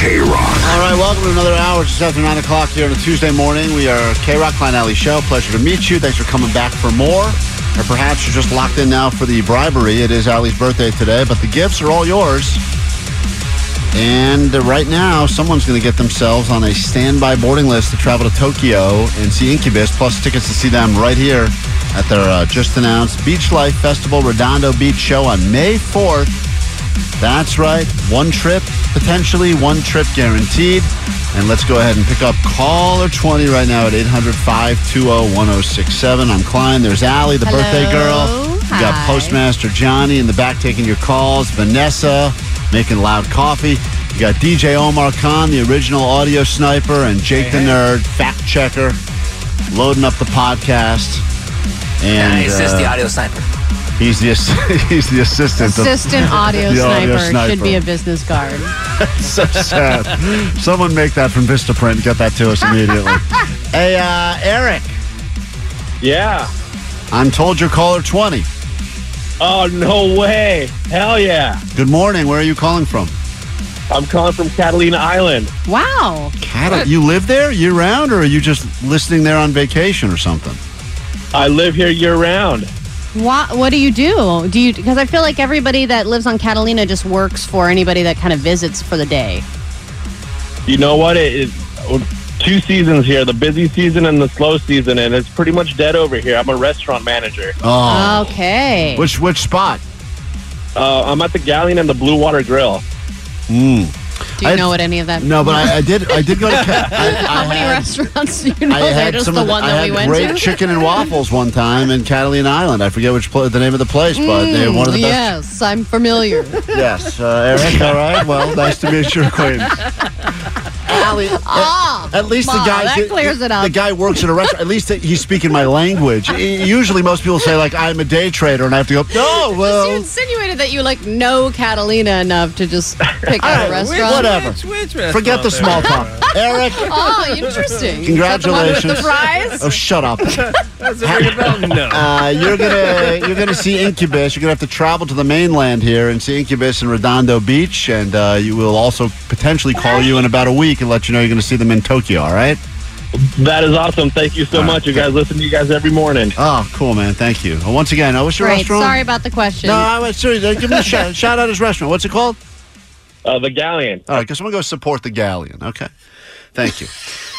S11: K Rock.
S1: All right, welcome to another hour just after 9 o'clock here on a Tuesday morning. We are K Rock Klein Alley Show. Pleasure to meet you. Thanks for coming back for more. Or perhaps you're just locked in now for the bribery. It is Allie's birthday today, but the gifts are all yours. And uh, right now, someone's going to get themselves on a standby boarding list to travel to Tokyo and see Incubus, plus tickets to see them right here at their uh, just announced Beach Life Festival Redondo Beach show on May 4th. That's right, one trip, potentially one trip guaranteed. And let's go ahead and pick up caller 20 right now at 800 520 1067. I'm Klein. There's Allie, the birthday girl. We got Postmaster Johnny in the back taking your calls, Vanessa making loud coffee. You got DJ Omar Khan, the original audio sniper, and Jake the
S4: Hey, hey.
S1: Nerd, fact checker, loading up the podcast. And
S12: I assist the
S1: uh,
S12: audio sniper.
S1: He's the ass- he's the assistant. of-
S2: Assistant audio,
S1: the
S2: sniper, should be a business card.
S1: so sad. Someone make that from Vistaprint. Get that to us immediately. hey, uh, Eric.
S13: Yeah.
S1: I'm told you're caller 20.
S13: Oh, no way. Hell yeah.
S1: Good morning. Where are you calling from?
S13: I'm calling from Catalina Island.
S2: Wow.
S1: Cat- you live there year round, or are you just listening there on vacation or something?
S13: I live here year round.
S2: What What do you do? Do you? Because I feel like everybody that lives on Catalina just works for anybody that kind of visits for the day.
S13: You know what? It, it, two seasons here the busy season and the slow season, and it's pretty much dead over here. I'm a restaurant manager.
S2: Okay.
S1: Oh. Which which spot?
S13: Uh, I'm at the Galleon and the Blue Water Grill.
S1: Mm.
S2: Do you know what any of that?
S1: No, but I, I did. I did go to. Ca-
S2: How many restaurants do you know?
S1: I
S2: They're
S1: had
S2: just
S1: some
S2: the
S1: of the,
S2: one
S1: I
S2: that
S1: had
S2: we went
S1: great
S2: to.
S1: chicken and waffles one time in Catalina Island. I forget which pla the name of the place, but they
S2: Mm,
S1: one of the best
S2: Yes, I'm familiar.
S1: Yes, uh, Eric. All right. Well, nice to meet your acquaintance. Allie,
S2: Ah,
S1: at least
S2: Ma,
S1: the guy
S2: that clears it up.
S1: The guy works at a restaurant. At least he's speaking my language. E- Usually, most people say like I'm a day trader, and I have to go. No,
S2: You
S1: well,
S2: insinuated that you like know Catalina enough to just pick
S1: All
S2: out
S1: right,
S2: a restaurant.
S1: whatever. Forget the small talk, Eric.
S2: Oh, interesting.
S1: Congratulations.
S2: The fries.
S1: Oh, shut up.
S4: That's a ring about no.
S1: Uh, you're gonna you're gonna see Incubus. You're gonna have to travel to the mainland here and see Incubus in Redondo Beach, and uh, you will also potentially call you in about a week and let you know you're gonna see them in Tokyo. All right.
S13: That is awesome. Thank you so much. You guys listen to you guys every morning.
S1: Oh, cool, man. Thank you. Uh, Once again, uh, what's your
S2: Great.
S1: restaurant?
S2: Sorry about the question.
S1: No, I was serious. Uh, Give him a shout, shout out his restaurant. What's it called?
S13: Uh, the Galleon.
S1: All right, because I'm going to go support the Galleon. Okay. Thank you.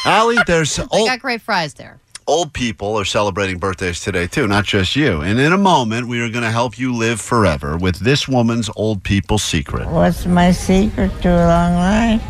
S1: Allie, there's
S2: They
S1: old,
S2: got great fries there.
S1: old people are celebrating birthdays today, too, not just you. And in a moment, we are going to help you live forever with this woman's old people secret.
S14: What's my secret to a long life?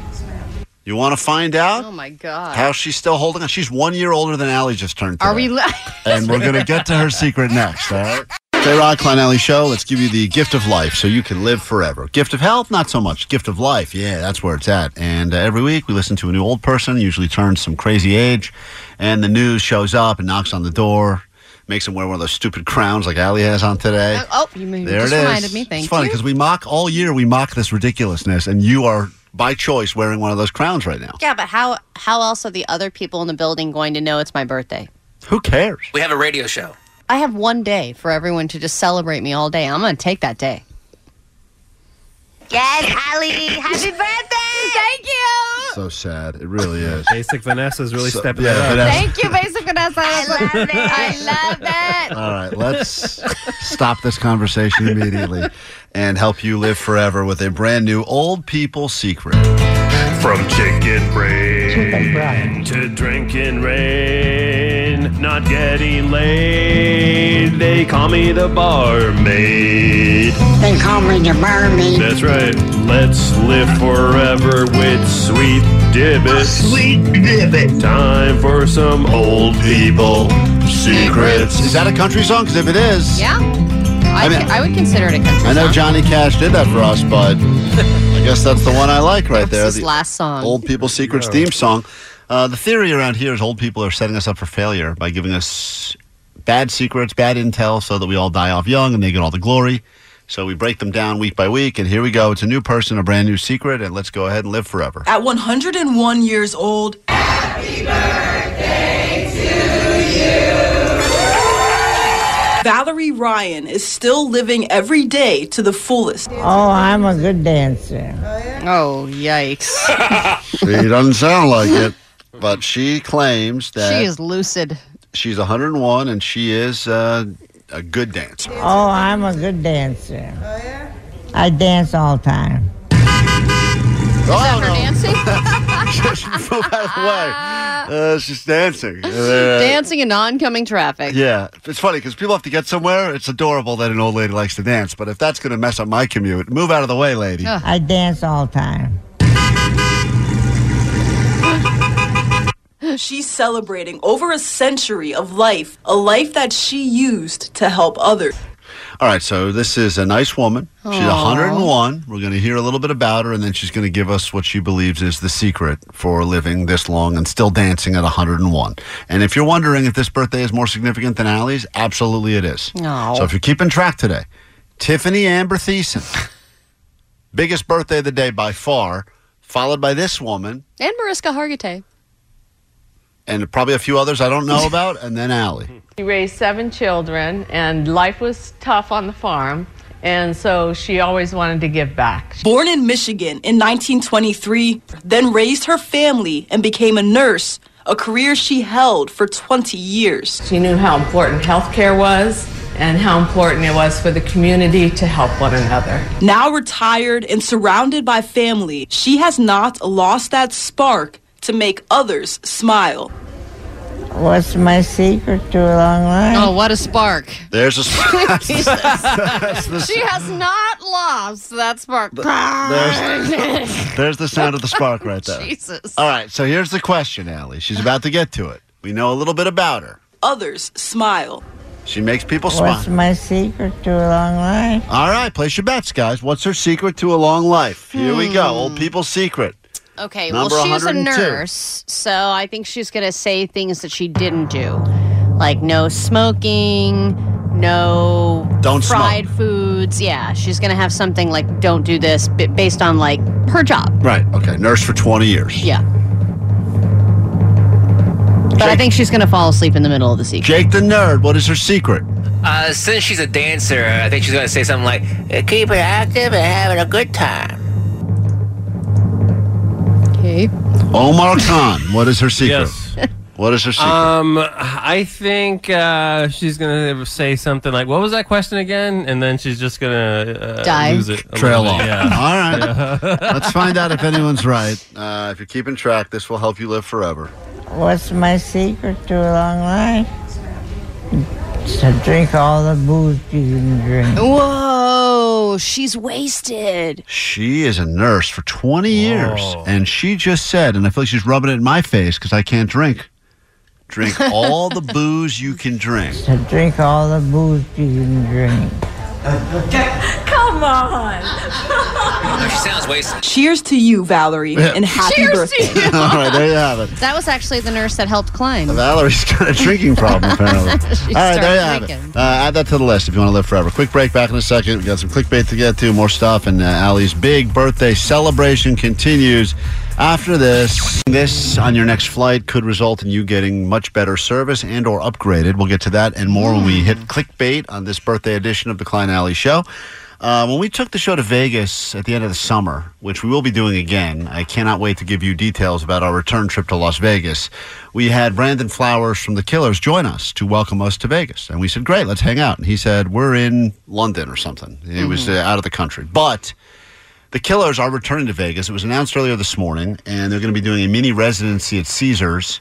S1: You want to find out
S2: Oh my god.
S1: how she's still holding on? She's one year older than Allie just turned.
S2: Are
S1: today.
S2: we? Li-
S1: and we're going to get to her secret next, all right? J Rod Klein Alley Show, let's give you the gift of life so you can live forever. Gift of health, not so much. Gift of life, yeah, that's where it's at. And uh, every week we listen to a new old person, usually turns some crazy age, and the news shows up and knocks on the door, makes them wear one of those stupid crowns like Allie has on today.
S2: oh, you maybe
S1: There
S2: just
S1: it is.
S2: reminded me. Thank
S1: it's funny
S2: you.
S1: because we mock all year, we mock this ridiculousness, and you are by choice wearing one of those crowns right now.
S2: Yeah, but how how else are the other people in the building going to know it's my birthday?
S1: Who cares?
S12: We have a radio show.
S2: I have one day for everyone to just celebrate me all day. I'm going to take that day.
S12: Yes, Holly. Happy birthday.
S2: Thank you.
S1: So sad. It really is.
S4: Basic Vanessa's really stepping
S1: yeah,
S4: it up.
S1: Vanessa.
S2: Thank you, Basic Vanessa. I
S12: love it.
S2: I love it.
S1: All right, let's stop this conversation immediately and help you live forever with a brand new old people secret.
S15: From chicken brain to drinking rain, not getting laid. They call me the barmaid.
S14: They call me the barmaid.
S15: That's right. Let's live forever with sweet divots.
S14: Sweet divot.
S15: Time for some old people secrets.
S1: Is that a country song? Because if it is,
S2: Yeah. I,
S1: I mean-
S2: ca- I would consider it a country
S1: I know
S2: song.
S1: Johnny Cash did that for us, but I guess that's the one I like right there.
S2: That's his
S1: the
S2: last song.
S1: Old People Secrets theme song. Uh, the theory around here is old people are setting us up for failure by giving us bad secrets, bad intel, so that we all die off young and they get all the glory. So we break them down week by week, and here we go. It's a new person, a brand new secret, and let's go ahead and live forever.
S16: At 101 years old, Valerie Ryan is still living every day to the fullest.
S14: Oh, I'm a good dancer.
S2: Oh, yikes.
S1: she doesn't sound like it, but she claims that
S2: she is lucid.
S1: she's 101 and she is uh, a good dancer.
S14: Oh, I'm a good dancer. Oh, yeah? I dance all the time.
S1: Oh, no.
S2: Dancing?
S1: Move out of the way. Uh, she's dancing.
S2: Dancing in non coming traffic.
S1: Uh, Yeah, it's funny because people have to get somewhere. It's adorable that an old lady likes to dance, but if that's going to mess up my commute, move out of the way, lady.
S14: I dance all the time.
S16: She's celebrating over a century of life, a life that she used to help others.
S1: All right, so this is a nice woman. She's
S16: Aw.
S1: 101. We're going to hear a little bit about her, and then she's going to give us what she believes is the secret for living this long and still dancing at 101. And if you're wondering if this birthday is more significant than Allie's, absolutely it is.
S2: No.
S1: So if you're keeping track today, Tiffany Amber Thiessen, biggest birthday of the day by far, followed by this woman.
S2: And Mariska Hargitay.
S1: and probably a few others I don't know about, and then Allie.
S17: She raised seven children, and life was tough on the farm, and so she always wanted to give back.
S16: Born in Michigan in 1923, then raised her family and became a nurse, a career she held for 20 years.
S17: She knew how important healthcare was and how important it was for the community to help one another.
S16: Now retired and surrounded by family, she has not lost that spark to make others smile.
S14: What's my secret to a long life?
S2: Oh, what a spark.
S1: There's a
S2: Jesus. she has not lost that spark.
S1: uh, there's, there's the sound of the spark right there.
S2: Jesus.
S1: All right, so here's the question, Allie. She's about to get to it. We know a little bit about her.
S16: Others smile.
S1: She makes people
S16: Oh,
S14: What's
S1: smile.
S14: my secret to a long life?
S1: All right, place your bets, guys. What's her secret to a long life? Here we go. Old people's secret.
S2: Okay,
S1: Number
S2: well, she's a
S1: 102.
S2: nurse, so I think she's going to say things that she didn't do, like no smoking, no
S1: Don't
S2: fried foods. Yeah, she's going to have something like "don't do this" b- based on like her job.
S1: Right. Okay. Nurse for 20 years.
S2: Yeah, but I think she's going to fall asleep in the middle of the secret.
S1: Jake the nerd. What is her secret?
S18: Uh, since she's a dancer, I think she's gonna say something like, "Uh, "Keep her active and having a good time."
S2: Okay.
S1: Omar Khan. What is her secret? What is her secret?
S4: Um, I think uh, she's gonna say something like, "What was that question again?" And then she's just gonna uh,
S2: Die.
S4: lose it, a
S1: Trail
S4: little
S1: off.
S4: bit,
S1: All
S4: Yeah.
S1: right. Let's find out if anyone's right. Uh, if you're keeping track, this will help you live forever.
S14: What's my secret to a long life? To drink all the booze you can drink.
S2: Whoa, Oh, she's wasted.
S1: She is a nurse for 20 years, and she just said, and I feel like she's rubbing it in my face because I can't drink. Drink all the booze you can drink.
S14: To drink all the booze you can drink.
S16: Come on.
S18: She sounds wasted.
S16: Cheers to you, Valerie, and happy
S2: Cheers
S16: birthday.
S2: to you.
S1: all right, there you have it.
S2: That was actually the nurse that helped climb.
S1: Valerie's got a drinking problem, apparently.
S2: She
S1: All right, there you
S2: started
S1: have
S2: drinking.
S1: it. Uh, add that to the list if you want to live forever. Quick break, back in a second. We got some clickbait to get to, more stuff, and uh, Allie's big birthday celebration continues. After this, this on your next flight could result in you getting much better service and or upgraded. We'll get to that and more when we hit clickbait on this birthday edition of the Klein Alley Show. Uh, when we took the show to Vegas at the end of the summer, which we will be doing again, I cannot wait to give you details about our return trip to Las Vegas. We had Brandon Flowers from The Killers join us to welcome us to Vegas. And we said, Great, let's hang out. And he said, We're in London or something. It was uh, out of the country. But the Killers are returning to Vegas. It was announced earlier this morning, and they're going to be doing a mini residency at Caesars.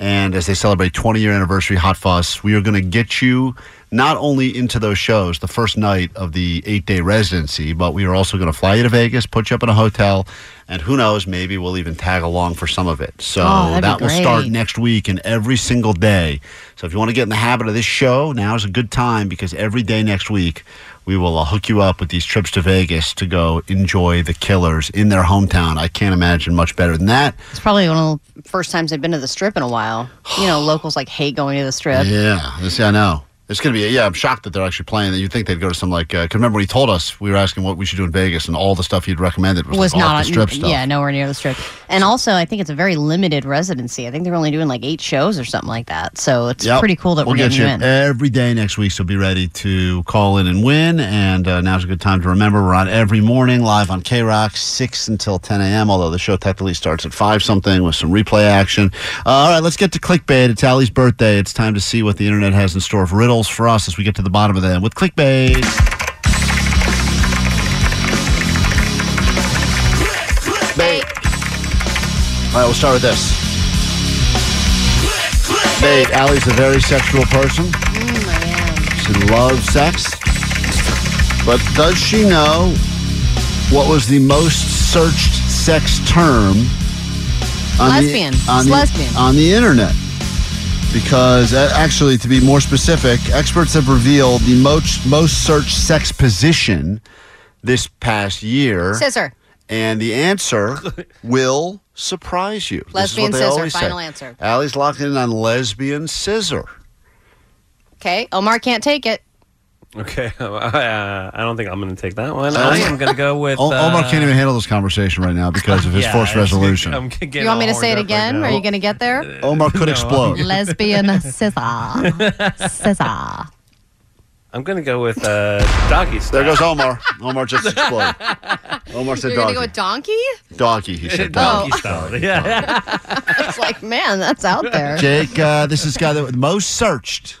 S1: And as they celebrate 20 year anniversary Hot Fuss, we are going to get you not only into those shows the first night of the eight day residency, but we are also going to fly you to Vegas, put you up in a hotel, and who knows, maybe we'll even tag along for some of it. So
S19: Oh, that'd be
S1: that will start
S19: great.
S1: next week and every single day. So if you want to get in the habit of this show, now is a good time because every day next week, we will uh, hook you up with these trips to Vegas to go enjoy the killers in their hometown. I can't imagine much better than that.
S2: It's probably one of the first times they've been to the strip in a while. You know, locals like hate going to the strip.
S1: Yeah, this, I know. It's going to be, yeah, I'm shocked that they're actually playing that. You'd think they'd go to some, like, because remember, he told us we were asking what we should do in Vegas, and all the stuff he'd recommended was,
S2: was,
S1: like, all
S2: not
S1: the strip stuff.
S2: yeah nowhere near the strip and also i think it's a very limited residency i think they're only doing like eight shows or something like that so it's
S1: Yep.
S2: pretty cool that
S1: we'll
S2: we're
S1: get
S2: getting you in
S1: every day next week. So be ready to call in and win. And uh, now's a good time to remember we're on every morning live on K Rock six until ten a.m. Although the show technically starts at five something with some replay action. Uh, all right, let's get to clickbait. It's Allie's birthday. It's time to see what the internet has in store for riddles for us as we get to the bottom of them with clickbait. Bait. All right, we'll start with this. Bait. Allie's a very sexual person.
S2: Mm,
S1: She loves sex. But does she know what was the most searched sex term on
S2: Lesbian.
S1: the on
S2: It's
S1: the,
S2: lesbian.
S1: on the internet? Because uh, actually, to be more specific, experts have revealed the most most searched sex position this past year.
S2: scissor
S1: And the answer will surprise you. This is what
S2: lesbian
S1: they
S2: scissor
S1: always say.
S2: final answer
S1: Allie's locked in on lesbian scissor.
S2: okay omar can't take it
S4: Okay, uh, I don't think I'm going to take that one.
S1: Oh.
S4: I am going to go with.
S1: O- Omar
S4: uh,
S1: can't even handle this conversation right now because of his
S4: yeah,
S1: forced
S4: it's-
S1: resolution.
S4: I'm getting
S2: you want me to
S4: all
S2: say it
S4: horned up right
S2: again
S4: now.
S2: are you gonna get there
S1: Omar could explode.
S2: lesbian scissor scissor
S4: I'm going to go with uh, doggy style.
S1: There goes Omar. Omar just exploded. Omar said
S2: you're
S1: doggy.
S2: gonna go with donkey
S1: doggy, he said doggy.
S2: Doggy
S1: style.
S2: it's like man that's out there
S1: Jake, uh, this is the guy that was most searched.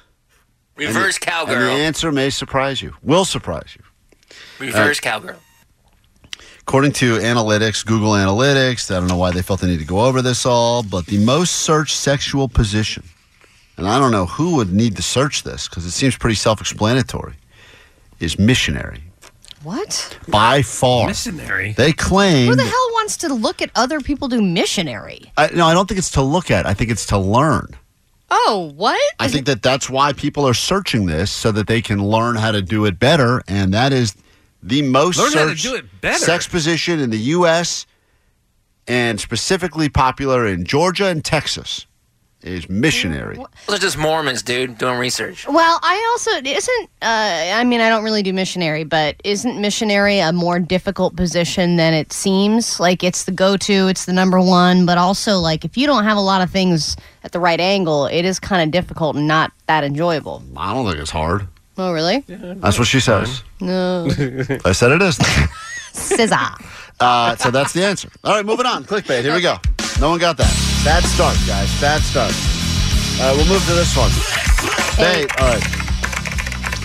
S18: Reverse
S1: And the-
S18: cowgirl.
S1: And the answer may surprise you, will surprise you.
S18: Reverse
S1: Uh,
S18: cowgirl.
S1: According to analytics, Google Analytics, I don't know why they felt the need to go over this all, but the most searched sexual position, and I don't know who would need to search this because it seems pretty self explanatory, is missionary.
S2: what
S1: By far.
S4: Missionary?
S1: They claim.
S2: who the hell wants to look at other people do missionary
S1: I, no, I don't think it's to look at. I think it's to learn.
S2: oh what
S1: I think that that's why people are searching this so that they can learn how to do it better, and that is the most
S4: Learn how to
S1: searched
S4: do it better?
S1: sex position in the U.S. and specifically popular in Georgia and Texas is missionary.
S18: Those are just Mormons, dude, doing research.
S2: Well, I also isn't. Uh, I mean, I don't really do missionary, but isn't missionary a more difficult position than it seems? Like it's the go-to, it's the number one, but also like if you don't have a lot of things at the right angle, it is kind of difficult and not that enjoyable.
S1: I don't think it's hard.
S2: Oh, really?
S1: That's what she says.
S2: No,
S1: I said it is.
S2: scissor.
S1: Uh, so that's the answer. All right, moving on. Clickbait. Here we go. No one got that. Bad start, guys. Bad start. Uh, we'll move to this one. Bait. All right.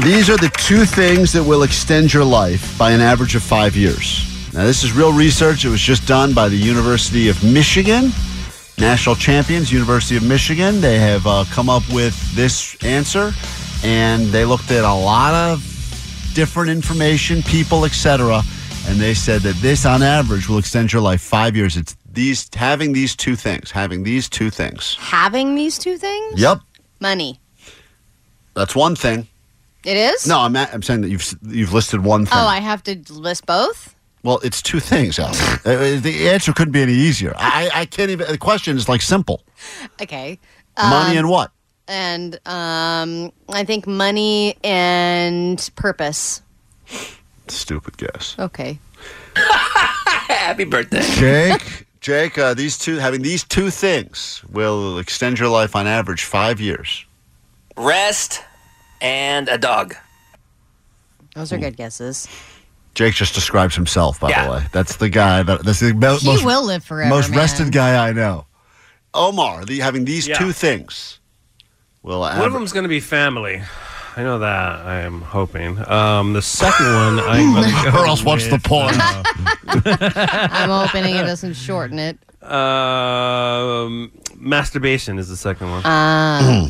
S1: These are the two things that will extend your life by an average of five years. Now, this is real research. It was just done by the University of Michigan, national champions, University of Michigan. They have uh, come up with this answer, and they looked at a lot of different information, people, etc. And they said that this, on average, will extend your life five years. It's these having these two things, having these two things.
S2: Having these two things,
S1: Yep,
S2: money.
S1: that's one thing.
S2: It is.
S1: No, I'm, I'm saying that you've s- you've listed one thing.
S2: Oh, I have to list both.
S1: Well, it's two things, Alex. Uh, the answer couldn't be any easier. I, I can't even. The question is like simple:
S2: Okay. Um,
S1: money and what?
S2: and um, I think money and purpose.
S19: Stupid guess.
S2: Okay.
S18: Happy birthday.
S19: Jake, Jake, uh, these two having these two things will extend your life on average five years.
S18: Rest and a dog.
S2: Those are good guesses.
S1: Jake just describes himself, by the way. That's the guy that that's the mo-
S2: He
S1: most
S2: will live forever.
S1: most
S2: man.
S1: rested guy I know. Omar, the, having these
S4: Yeah.
S1: two things will
S4: One of
S1: average.
S4: them's going to be family. I know that. I am hoping. Um, the second one, I'm gonna go
S1: Or else watch
S4: with,
S1: the porn.
S4: uh,
S2: I'm hoping it doesn't shorten it.
S4: um, masturbation is the second one,
S2: Uh,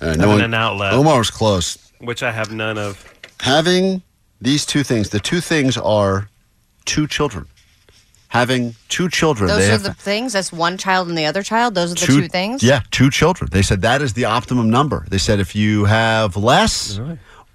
S1: Uh,
S4: And an outlet.
S1: Omar was close.
S4: which I have none of.
S1: Having these two things, the two things are two children. Having two children.
S2: those
S1: they
S2: are
S1: have
S2: the things. That's one child and the other child. Those are the
S1: two-
S2: two, things.
S1: Yeah, two children. They said that is the optimum number. They said if you have less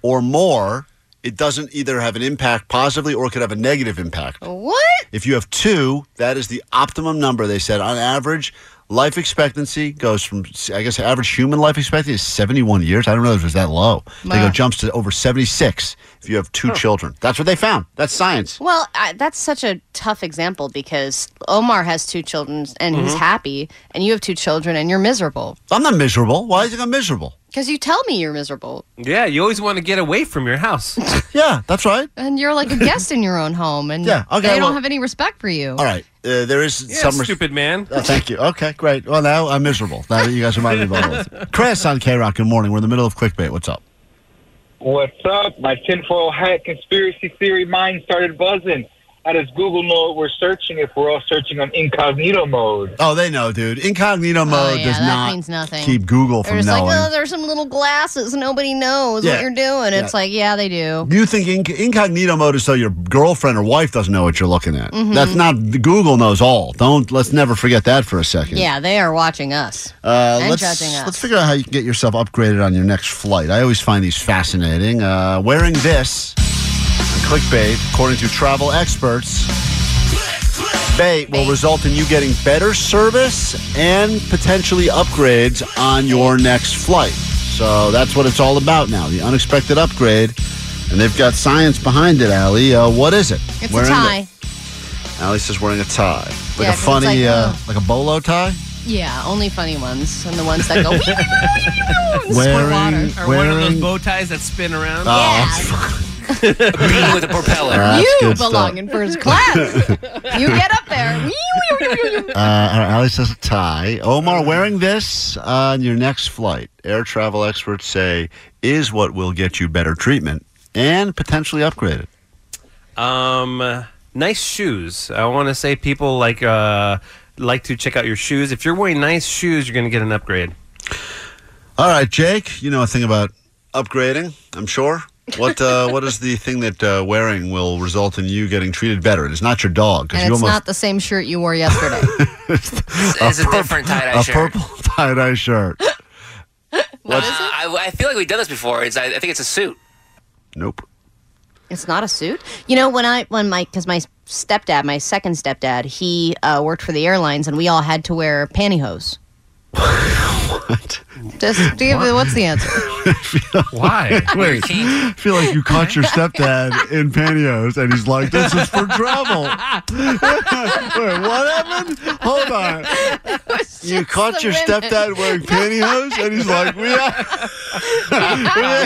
S1: or more, it doesn't either have an impact positively or it could have a negative impact.
S2: What?
S1: If you have two, that is the optimum number. They said on average, life expectancy goes from, I guess, average human life expectancy is 71 years. I don't know if it was that low. They go
S2: Wow.
S1: jumps to over 76 if you have two children. That's what they found. That's science.
S2: Well, I, that's such a tough example because Omar has two children and he's
S1: Mhm.
S2: happy, and you have two children and you're miserable
S1: I'm not miserable. Why is it I'm miserable?
S2: because you tell me you're miserable,
S4: Yeah, you always want to get away from your house.
S1: yeah, that's right.
S2: and you're like a guest in your own home, and
S1: Yeah, okay,
S2: they
S1: well-
S2: don't have any respect for you.
S1: All right. Uh, there is
S4: Yeah,
S1: some. res-
S4: stupid man.
S1: Oh, thank you. Okay, great. Well, now I'm miserable. Now that you guys reminded me about all this. Chris on K Rock. Good morning. We're in the middle of clickbait. What's up?
S3: What's up? My tinfoil hat conspiracy theory mind started buzzing. How does Google know what we're searching if we're all searching on incognito mode?
S1: Oh, they know, dude. Incognito mode
S2: Oh, yeah,
S1: does
S2: that
S1: not
S2: means nothing.
S1: keep Google
S2: They're
S1: from
S2: just
S1: knowing.
S2: like, oh, there's some little glasses. Nobody knows
S1: Yeah.
S2: what you're doing. It's
S1: Yeah.
S2: like, yeah, they do.
S1: you think inc- incognito mode is so your girlfriend or wife doesn't know what you're looking at.
S2: Mhm.
S1: That's not Google knows all. Don't let's never forget that for a second.
S2: Yeah, they are watching us.
S1: Uh,
S2: And
S1: let's,
S2: judging us.
S1: let's figure out how you can get yourself upgraded on your next flight. I always find these fascinating. Uh, wearing this, on clickbait, according to travel experts, bait will result in you getting better service and potentially upgrades on your next flight. So that's what it's all about now the unexpected upgrade. And they've got science behind it, Allie. Uh, what is it?
S2: It's
S1: Wearing
S2: a tie.
S1: The, Allie says wearing a tie. Like a
S2: Yeah, 'cause it's
S1: funny,
S2: like,
S1: uh, like a bolo tie?
S2: Yeah, only funny ones and the ones that go. wee, wee, wee,
S1: Wearing,
S4: Or one of
S1: wearing
S4: those bow ties that spin around.
S1: Oh,
S18: Being with a propeller.
S1: Ah, that's
S2: you
S1: good stuff.
S2: belong in first class. you get up there. Wee, wee, wee, wee, wee.
S1: Uh, all right, Ali says a tie. Omar, wearing this on your next flight, air travel experts say is what will get you better treatment and potentially upgraded.
S4: Um, nice shoes. I want to say people like uh like to check out your shoes. If you're wearing nice shoes, you're going to get an upgrade.
S1: All right, Jake, you know a thing about upgrading, I'm sure. What uh, what is the thing that uh, wearing will result in you getting treated better? It is not your dog because
S2: And
S1: you
S2: it's
S1: almost
S2: not the same shirt you wore yesterday.
S18: It's a different tie-dye
S1: a
S18: shirt.
S1: purple tie dye shirt.
S18: Uh, I, I feel like we've done this before. It's, I, I think it's a suit.
S1: Nope.
S2: It's not a suit. You know, when I when my because my stepdad, my second stepdad, he uh, worked for the airlines, and we all had to wear pantyhose. what? Just do you, what's the answer?
S4: Why?
S1: Wait, I feel like you caught your stepdad in pantyhose, and he's like, "This is for travel." Wait, what happened? Hold on. You caught
S2: the
S1: your
S2: women.
S1: stepdad wearing pantyhose, and he's like, "We are."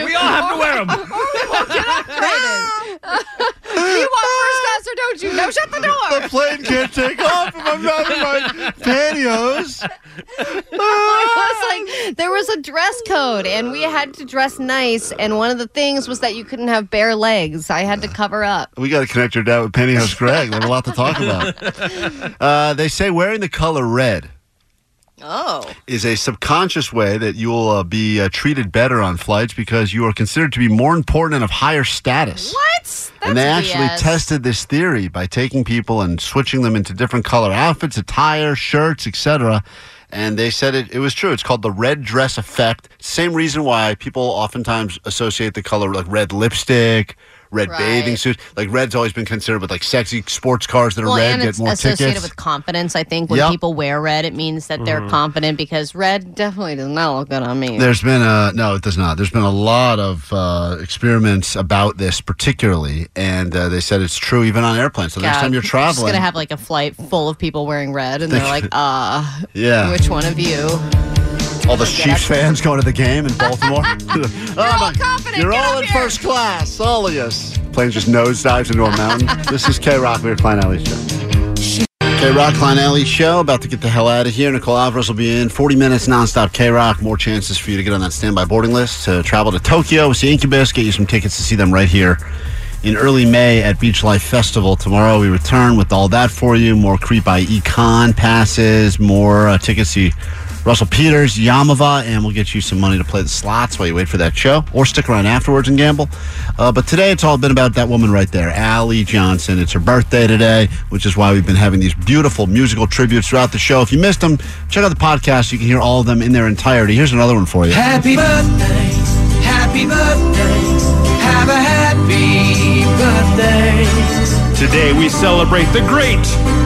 S4: we all have to wear them.
S2: Do you want first class or don't you? No, shut the door.
S1: The plane can't take off if I'm not in my pantyhose.
S2: I was like, there was a dress code, and we had to dress nice. And one of the things was that you couldn't have bare legs. I had to cover up.
S1: We got to connect your dad with pantyhose, Greg. We have a lot to talk about. Uh, they say wearing the color red
S2: Oh,
S1: is a subconscious way that you will uh, be uh, treated better on flights because you are considered to be more important and of higher status.
S2: what? That's
S1: and they actually
S2: BS.
S1: tested this theory by taking people and switching them into different color outfits, attire, shirts, etc. And they said it, it was true. It's called the red dress effect. Same reason why people oftentimes associate the color like red lipstick,
S19: red
S2: Right.
S19: bathing suits. Like red's always been considered with like sexy sports cars that are
S2: Well,
S19: red
S2: and
S19: get
S2: it's
S19: more
S2: associated
S19: tickets.
S2: with confidence. I think when
S19: Yep.
S2: people wear red, it means that they're
S19: Mhm.
S2: confident because red definitely does not look good on me.
S1: There's been a no, it does not. There's been a lot of uh, experiments about this, particularly, and uh, they said it's true even on airplanes. So the next
S2: God,
S1: time you're
S2: I'm just
S1: traveling,
S2: gonna have like a flight full of people wearing red, and they're like, ah,
S1: Yeah.
S2: which one of you?
S1: all the Chiefs fans going to the game in Baltimore.
S2: You're all confident.
S1: You're
S2: Get
S1: all
S2: up
S1: in
S2: here.
S1: first class, all of us. Plane just nosedives into a mountain. this is K Rock. We're Klein Alley Show. K Rock Klein Alley Show. About to get the hell out of here. Nicole Alvarez will be in 40 minutes nonstop. K Rock. More chances for you to get on that standby boarding list to travel to Tokyo, see Incubus, get you some tickets to see them right here in early May at Beach Life Festival. Tomorrow we return with all that for you. More Creep by Econ passes, more uh, tickets to Russell Peters, Yamava, and we'll get you some money to play the slots while you wait for that show, or stick around afterwards and gamble. Uh, but today it's all been about that woman right there, Allie Johnson. It's her birthday today, which is why we've been having these beautiful musical tributes throughout the show. If you missed them, check out the podcast. You can hear all of them in their entirety. Here's another one for you.
S5: Happy birthday, happy birthday, have a happy birthday.
S15: Today we celebrate the great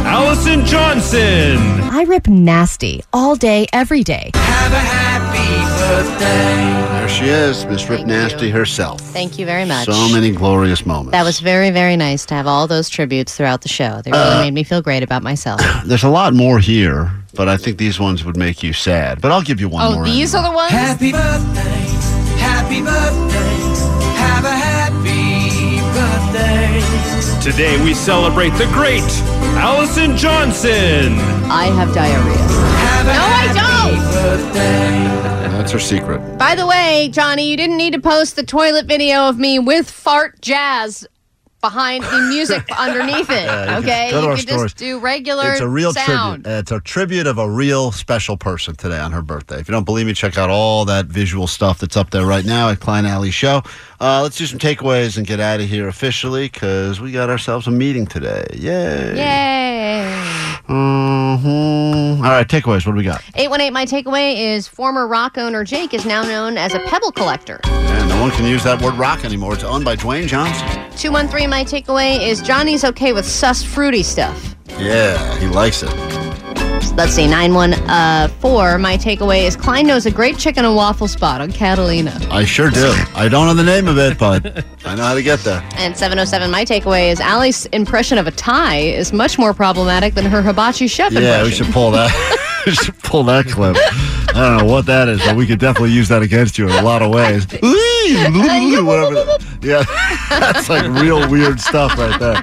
S15: Allison Johnson.
S2: I rip nasty all day, every day.
S5: Have a happy birthday.
S1: There she is, Miss Rip Nasty herself.
S2: Thank you very much.
S1: So many glorious moments.
S2: That was very, very nice to have all those tributes throughout the show. They really
S1: Uh,
S2: made me feel great about myself.
S1: There's a lot more here, but I think these ones would make you sad. But I'll give you one
S2: oh,
S1: more.
S2: these are the ones?
S5: Happy birthday, happy birthday, have a happy birthday.
S15: Today we celebrate the great Allison Johnson.
S2: I have diarrhea.
S5: Have a
S2: No, I
S5: happy
S2: don't.
S5: birthday.
S1: That's her secret.
S2: By the way, Johnny, you didn't need to post the toilet video of me with fart jazz behind the music underneath it.
S1: Yeah, you can
S2: okay,
S1: go to
S2: you
S1: our
S2: can
S1: stores.
S2: just do regular.
S1: It's a real
S2: sound.
S1: tribute. It's a tribute of a real special person today on her birthday. If you don't believe me, check out all that visual stuff that's up there right now at Klein Alley Show. Uh, let's do some takeaways and get out of here officially because we got ourselves a meeting today. Yay!
S2: Yay!
S1: Mhm. All right, takeaways. What do we got?
S2: 818, my takeaway is former rock owner Jake is now known as a pebble collector.
S1: Yeah, no one can use that word rock anymore. It's owned by Dwayne Johnson.
S2: 213, my takeaway is Johnny's okay with sus fruity stuff.
S1: Yeah, he likes it.
S2: Let's see, 914, my takeaway is Klein knows a great chicken and waffle spot on Catalina.
S1: I sure do. I don't know the name of it, but I know how to get there.
S2: And 707, my takeaway is Allie's impression of a tie is much more problematic than her hibachi chef
S1: Yeah, we
S2: impression.
S1: should pull that. we should pull that clip. I don't know what that is, but we could definitely use that against you in a lot of ways. Whatever. that- Yeah, that's like real weird stuff right there.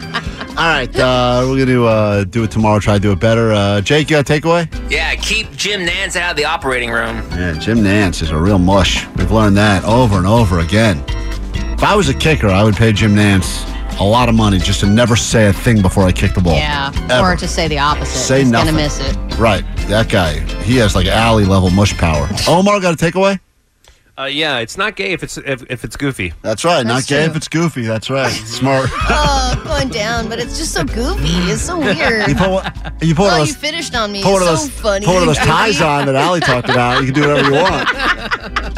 S1: All right, uh, we're gonna uh, do it tomorrow. Try to do it better. Uh, Jake, you got a takeaway?
S18: Yeah, keep Jim Nance out of the operating room.
S1: Yeah, Jim Nance is a real mush. We've learned that over and over again. If I was a kicker, I would pay Jim Nance a lot of money just to never say a thing before I kick the ball.
S2: Yeah,
S1: Ever.
S2: or to say the opposite.
S1: Say
S2: He's
S1: nothing.
S2: gonna miss it.
S1: Right, that guy. He has like alley level mush power. Omar got a takeaway.
S4: Uh, yeah, it's not gay if it's if, if it's goofy.
S1: That's right.
S2: That's
S1: not gay
S2: true.
S1: if it's goofy. That's right. Smart.
S2: oh, going down, but it's just so goofy. It's so weird.
S1: you put one, you put one
S2: oh,
S1: of
S2: you
S1: those,
S2: finished on me.
S1: put one of
S2: It's
S1: those,
S2: so funny.
S1: put one of those
S2: and
S1: ties
S2: goofy.
S1: on that Allie talked about. You can do whatever you want.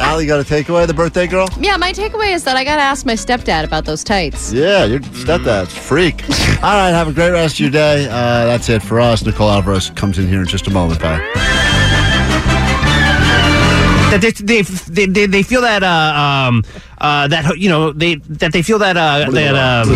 S1: Allie got a takeaway. The birthday girl.
S2: Yeah, my takeaway is that I got to ask my stepdad about those tights.
S1: Yeah, you're stepdad's Mm. freak. All right, have a great rest of your day. Uh, that's it for us. Nicole Alvarez comes in here in just a moment. Bye.
S4: that they they they, they, they feel that uh, um uh that you know they that they feel that uh that um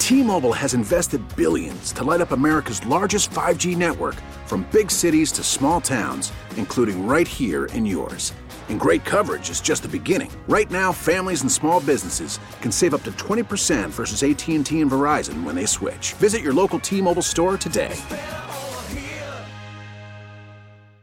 S20: T-Mobile has invested billions to light up America's largest 5G network from big cities to small towns, including right here in yours. And great coverage is just the beginning. Right now, families and small businesses can save up to 20% versus AT&T and Verizon when they switch. Visit your local T-Mobile store today.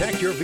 S7: Protect your